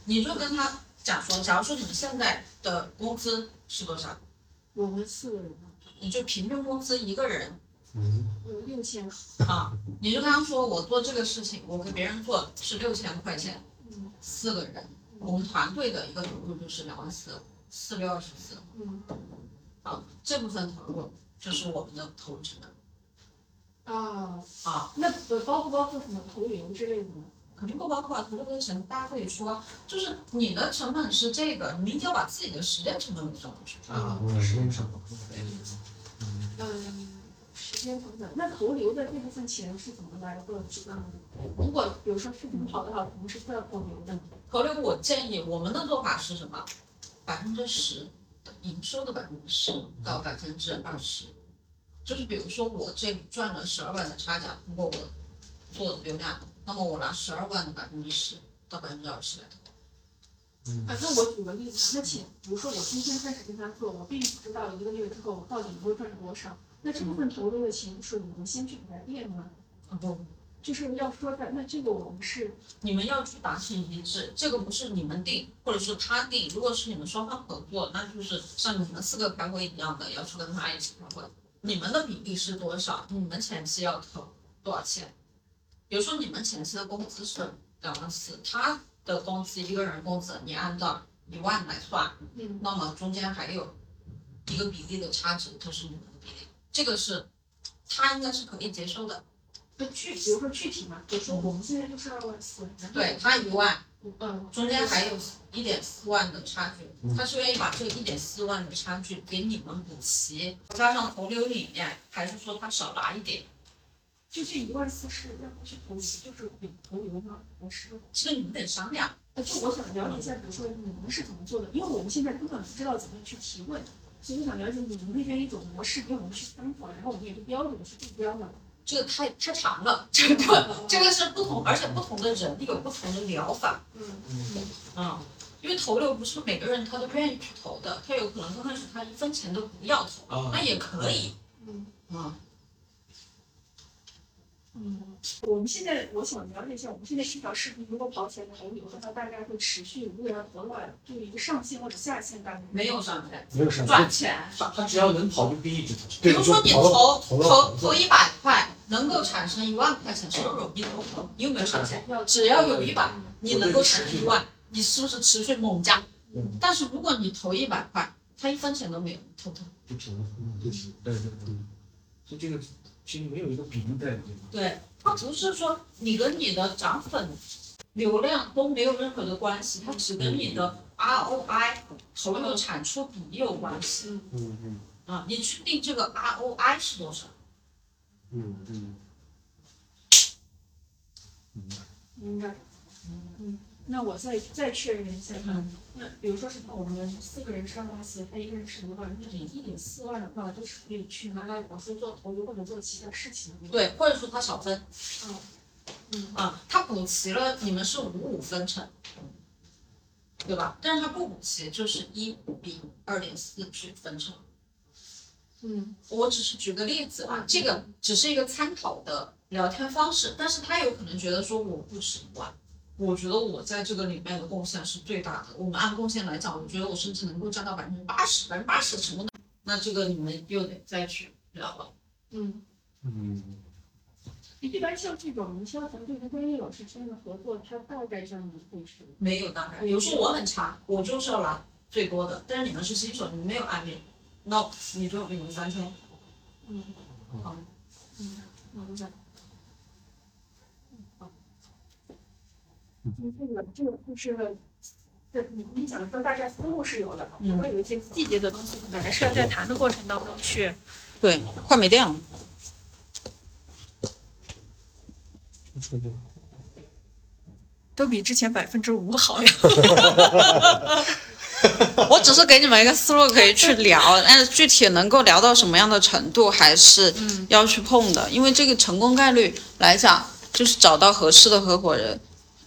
Speaker 1: 你就跟他讲说，假如说你们现在的工资是多少，
Speaker 5: 我们四个人嘛，
Speaker 1: 你就平均工资一个人
Speaker 5: 有六千，
Speaker 1: 啊，你就跟他说，我做这个事情，我给别人做是六千块钱，
Speaker 5: 嗯
Speaker 1: 四个人，我们团队的一个投入就是两万四，四六二十四
Speaker 5: 嗯
Speaker 1: 啊，这部分投入就是我们的投入成本
Speaker 5: 啊，
Speaker 1: 啊。
Speaker 5: 那呃包不包括什么投影之类的呢？
Speaker 1: 肯定不包括啊，投入跟成本，大家可以说，就是你的成本是这个，你一定要把自己的时间成本给算进去。
Speaker 5: 啊，
Speaker 10: 时间上
Speaker 5: 嗯，时间成本，那投流的这部分钱是怎么来的？嗯，如果比如说事情跑得好，肯定是不要投流的。
Speaker 1: 投流我建议我们的做法是什么？百分之十的营收的百分之十到百分之二十，就是比如说我这里赚了十二万的差价，通过我做流量，那么我拿十二万的百分之十到百分之二十来投。
Speaker 5: 啊，那我举个例子，那请，比如说我今天开始跟他做，我并不知道一个月之后我到底能够赚多少，那这部分投入的钱就是我们先去给他垫吗？
Speaker 1: 啊不，
Speaker 5: 就是要说的，那这个我们是
Speaker 1: 你们要去达成一致，这个不是你们定，或者是他定。如果是你们双方合作，那就是像你们四个开会一样的，要去跟他一起开会。你们的比例是多少？你们前期要投多少钱？比如说你们前期的工资是两万四，他的工资一个人工资，你按照一万来算，
Speaker 5: 嗯
Speaker 1: 那么中间还有一个比例的差值，就是你们的比例，这个是他应该是可以接受的。
Speaker 5: 不具，比如说具体嘛，比如说我们现在就是二万四，然后
Speaker 1: 对他一万，
Speaker 5: 嗯，
Speaker 1: 中间还有一点四万的差距，他是愿意把这一点四万的差距给你们补齐，加上投流里面，还是说他少拿一点？
Speaker 5: 就这一万四是让他去投流，就是给投流吗？还是？
Speaker 1: 这个你们得商量。
Speaker 5: 呃，就我想了解一下，比如说你们是怎么做的，因为我们现在根本不知道怎么样去提问，所以我想了解你们那边一种模式给我们去参考，然后我们也就标准去对标了。
Speaker 1: 这个太太长了， [laughs] 这个这个是不同，而且不同的人有不同的疗法。
Speaker 5: 嗯，
Speaker 1: 嗯，因为投流不是每个人他都愿意去投的，他有可能刚开始他一分钱都不要投，
Speaker 11: 啊
Speaker 1: 那也可以。
Speaker 5: 嗯
Speaker 1: 哦嗯，
Speaker 5: 嗯，我们现在我想了解一下，我们现在一条视频如果跑起来投流的话，大概会持续，如果要投的话，就一个上限或者下限大概。
Speaker 1: 没有上限，
Speaker 12: 没有上
Speaker 1: 赚钱。
Speaker 12: 他他只要能跑就必一直跑。
Speaker 1: 比如说你投
Speaker 12: 投到
Speaker 1: 投投一百块，能够产生一万块钱收入，你投投，你有没有上限？只要有一百，你能够产生一万，你是不是持续猛加？
Speaker 12: 嗯
Speaker 1: 但是如果你投一百块，他一分钱都没有，投投。
Speaker 12: 就平了，嗯，就是对对对，所以这个其实没有一个比例在里面。
Speaker 1: 对，他不是说你跟你的涨粉流量都没有任何的关系，它只跟你的 ROI 投入产出比例有关系。嗯嗯。啊，你去定这个 ROI 是多少？
Speaker 12: 嗯嗯，
Speaker 5: 明白。嗯，那我再再确认一下哈。那比如说什么，我们四个人是二万四，他一个人是一万，那这一点四万的话，都是可以去拿来，比如说做投资或者做其他事情的。
Speaker 1: 对，或者说他少分。
Speaker 5: 嗯嗯
Speaker 1: 啊，他补齐了，你们是五五分成，对吧？但是他不补齐，就是一比二点四去分成。
Speaker 5: 嗯
Speaker 1: 我只是举个例子啊，这个只是一个参考的聊天方式，但是他有可能觉得说我不止一万，我觉得我在这个里面的贡献是最大的。我们按贡献来讲，我觉得我甚至能够占到百分之八十，百分之八十的成功率。那这个你们又得再去聊啊了。
Speaker 5: 嗯。
Speaker 12: 嗯，
Speaker 5: 一般像这种营销团队跟专业老师之间的合作，它大概上面会是
Speaker 1: 没有当然，比如说我很差，我就是要拿最多的，但是你们是新手，你们没有案例，
Speaker 13: 那你就领三千。
Speaker 5: 嗯，
Speaker 13: 好，嗯，我就这样。
Speaker 14: 嗯这个这个就是，这你你讲的时候大概思路是有的，
Speaker 13: 嗯
Speaker 14: 会有一些细节的东西，可能还是要在谈的过程当中去。
Speaker 1: 对，快没电了。
Speaker 5: 都比之前百分之五好呀。
Speaker 1: 我只是给你们一个思路可以去聊，但是具体能够聊到什么样的程度，还是要去碰的。因为这个成功概率来讲，就是找到合适的合伙人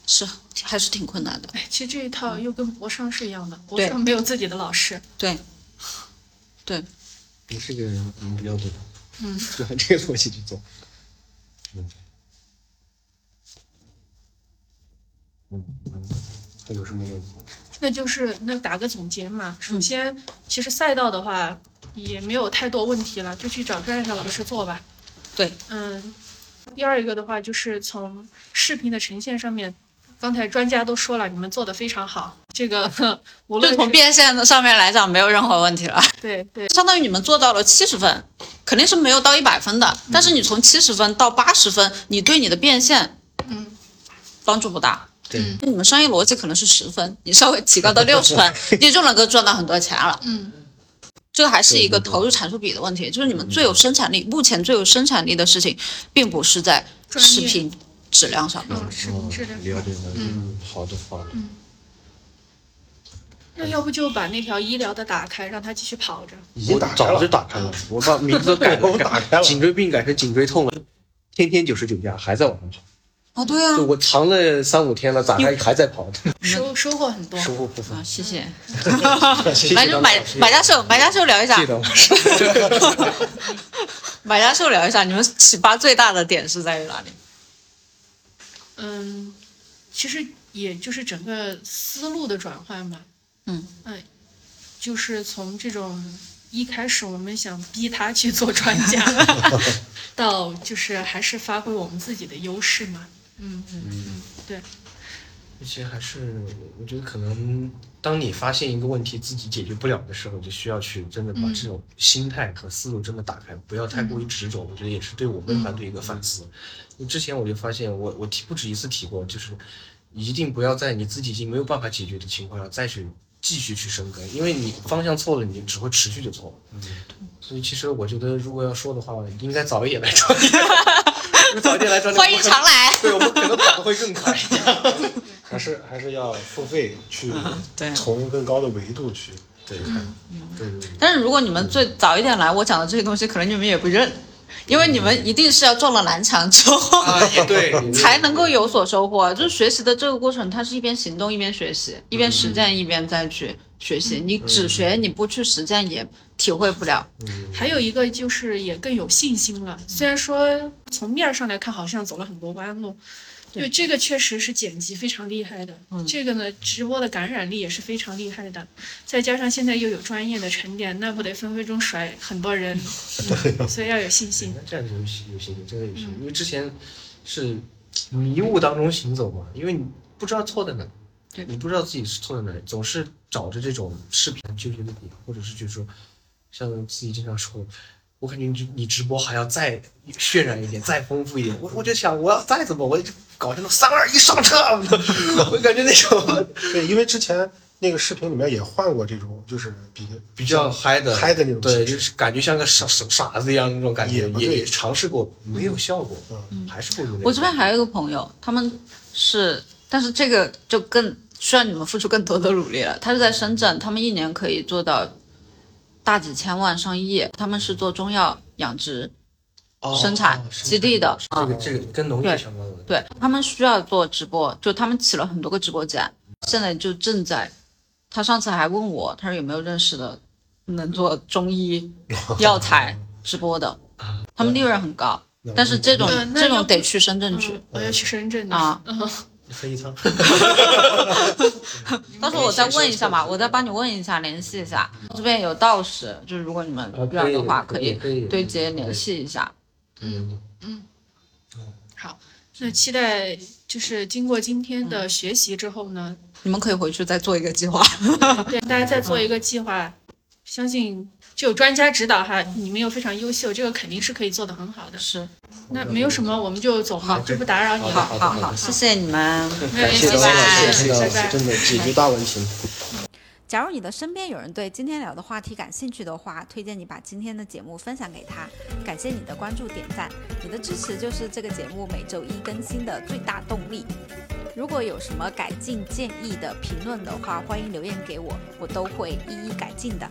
Speaker 1: 是还是挺困难的。
Speaker 5: 哎，其实这一套又跟博商是一样的，博
Speaker 1: 对
Speaker 5: 商没有自己的老师，
Speaker 2: 你是个人，你不要做，
Speaker 5: 嗯，
Speaker 2: [laughs] 就按这个东西去做，嗯，嗯，嗯还有什么问题？
Speaker 5: 那就是那打个总结嘛。首先，其实赛道的话也没有太多问题了，就去找专业的老师做吧。
Speaker 1: 对，
Speaker 5: 嗯。第二一个的话，就是从视频的呈现上面，刚才专家都说了，你们做的非常好。这个呵无论
Speaker 1: 就从
Speaker 5: 是
Speaker 1: 变现的上面来讲，没有任何问题了。
Speaker 5: 对对
Speaker 1: 相当于你们做到了七十分，肯定是没有到一百分的。
Speaker 5: 嗯
Speaker 1: 但是你从七十分到八十分，你对你的变现，
Speaker 5: 嗯，
Speaker 1: 帮助不大。
Speaker 2: 对
Speaker 1: 因为你们商业逻辑可能是十分，你稍微提高到六十
Speaker 5: [laughs]
Speaker 1: 分，你就能够赚到很多钱了。
Speaker 5: 嗯，
Speaker 1: 这个还是一个
Speaker 2: 对对对
Speaker 1: 投入产出比的问题，就是你
Speaker 15: 嗯
Speaker 1: 们最有生产力，目前最有生产力的事情，并不是在
Speaker 5: 专
Speaker 1: 视
Speaker 5: 业
Speaker 1: 频质量上面。
Speaker 5: 嗯视频质量。
Speaker 2: 了解了，嗯，好的好的，
Speaker 5: 那要不就把那条医疗的打开，让它继续跑着。
Speaker 4: 已
Speaker 15: 我
Speaker 4: 经打开
Speaker 15: 早
Speaker 4: 了
Speaker 15: 就，打开了，我把名字都改
Speaker 4: 我
Speaker 15: 了，
Speaker 4: 打开了
Speaker 15: 颈椎病改成颈椎痛了，天天九十九家还在往上跑，
Speaker 1: 哦，对啊
Speaker 15: 就，我藏了三五天了，咋还还在跑？
Speaker 5: 收收获很多，
Speaker 15: 收获不菲
Speaker 1: 啊，，谢谢。 [laughs]
Speaker 15: 谢谢
Speaker 1: 来，就
Speaker 15: 当
Speaker 1: 买
Speaker 15: 老师
Speaker 1: 买家秀，买家秀聊一下
Speaker 15: 谢谢。当老师
Speaker 1: 买家秀聊一下，你们启发最大的点是在于哪里？
Speaker 5: 嗯，其实也就是整个思路的转换吧。
Speaker 1: 嗯
Speaker 5: 嗯，就是从这种一开始我们想逼他去做专家，到就是还是发挥我们自己的优势嘛。嗯嗯，
Speaker 2: 而且还是我觉得可能，当你发现一个问题自己解决不了的时候，就需要去真的把
Speaker 5: 嗯
Speaker 2: 这种心态和思路真的打开，不要太过于执着。我觉得也是对我们团队一个反思。因为之前我就发现我，我提不止一次提过，就是一定不要在你自己已经没有办法解决的情况下再去继续去深耕，因为你方向错了，你只会持续的错。所以其实我觉得，如果要说的话，应该早一点来找你，因为早一点来找
Speaker 1: [laughs]
Speaker 2: 你，
Speaker 1: 欢迎常来。
Speaker 2: 对我们可能跑得会更快。
Speaker 4: 还是还是要付费去
Speaker 1: 啊对嗯
Speaker 4: 从更高的维度去
Speaker 2: 对，看对对对。
Speaker 1: 但是如果你们最早一点来，我讲的这些东西，可能你们也不认，因为你们一定是要撞了南墙之后。 [laughs]
Speaker 2: 啊，也对，
Speaker 1: 才能够有所收获，就是学习的这个过程，它是一边行动一边学习，一边实践一边再去学习。你只学你不去实践也体会不了。
Speaker 5: 还有一个就是也更有信心了。虽然说从面儿上来看，好像走了很多弯路。对，这个确实是剪辑非常厉害的，
Speaker 1: 嗯
Speaker 5: 这个呢，直播的感染力也是非常厉害的，再加上现在又有专业的沉淀，那不得分分钟甩很多人，嗯、所以要有信心。
Speaker 2: 那这样有信有信心，真的有信心，因为之前是迷雾当中行走嘛，因为你不知道错在哪，
Speaker 1: 对
Speaker 2: 你不知道自己是错在哪，总是找着这种视频纠结的点，或者是就是说，像自己经常说。我感觉你直你直播还要再渲染一点，再丰富一点。我我就想，我要再怎么，我就搞成三二一上车， [laughs] 我感觉那种
Speaker 4: 对，因为之前那个视频里面也换过这种，就是比
Speaker 2: 比较嗨的，
Speaker 4: 嗨的那种
Speaker 2: 对，
Speaker 4: 形式
Speaker 2: 就是感觉像个傻傻傻子一样那种感觉，
Speaker 4: 也不
Speaker 2: 也
Speaker 4: 对
Speaker 2: 也尝试过，没有效果，
Speaker 4: 嗯
Speaker 2: 还是不如那个
Speaker 1: 我这边还有一个朋友，他们是，但是这个就更需要你们付出更多的努力了。他是在深圳，他们一年可以做到大几千万、上亿。他们是做中药养殖，
Speaker 2: 哦
Speaker 1: 生产
Speaker 2: 哦
Speaker 1: 基地的嗯
Speaker 2: 这个这个跟农业相关的，
Speaker 1: 对他们需要做直播，就他们起了很多个直播间，现在就正在。他上次还问我，他说有没有认识的能做中
Speaker 2: [laughs]
Speaker 1: 医药材直播的，他们利润很高，但是这种
Speaker 5: 嗯那
Speaker 1: 这
Speaker 5: 要
Speaker 1: 种
Speaker 5: 不
Speaker 1: 得去深圳去
Speaker 5: 嗯，我要去深圳的
Speaker 1: 啊。
Speaker 5: 嗯
Speaker 2: 飞机舱，
Speaker 16: 嗯
Speaker 1: 到时候我再问一下嘛，我再帮你问一下，联系一下。这边有道士，就是如果你们
Speaker 2: 啊
Speaker 1: 不要的话，
Speaker 2: 可
Speaker 1: 可
Speaker 2: 以可以可以
Speaker 1: 对接联系一下。
Speaker 2: 嗯，
Speaker 5: 那期待就是经过今天的学习之后呢，
Speaker 1: 你们可以回去再做一个计划。
Speaker 5: 对大家再做一个计划，相信就有专家指导哈，你们又非常优秀，这个肯定是可以做得很好的。
Speaker 16: 是，
Speaker 5: 那没有什么，我们就走
Speaker 17: 好
Speaker 5: 了，就不打扰你
Speaker 17: 好
Speaker 16: 好
Speaker 5: 了。
Speaker 16: 好好，谢谢你们。
Speaker 5: 没有
Speaker 4: 感谢
Speaker 5: 拜
Speaker 4: 张老师，真
Speaker 5: 拜
Speaker 4: 的
Speaker 5: 拜拜。
Speaker 4: 真的解决大问题。
Speaker 1: 假如你的身边有人对今天聊的话题感兴趣的话，推荐你把今天的节目分享给他。感谢你的关注、点赞，你的支持就是这个节目每周一更新的最大动力。如果有什么改进建议的评论的话，欢迎留言给我，我都会一一改进的。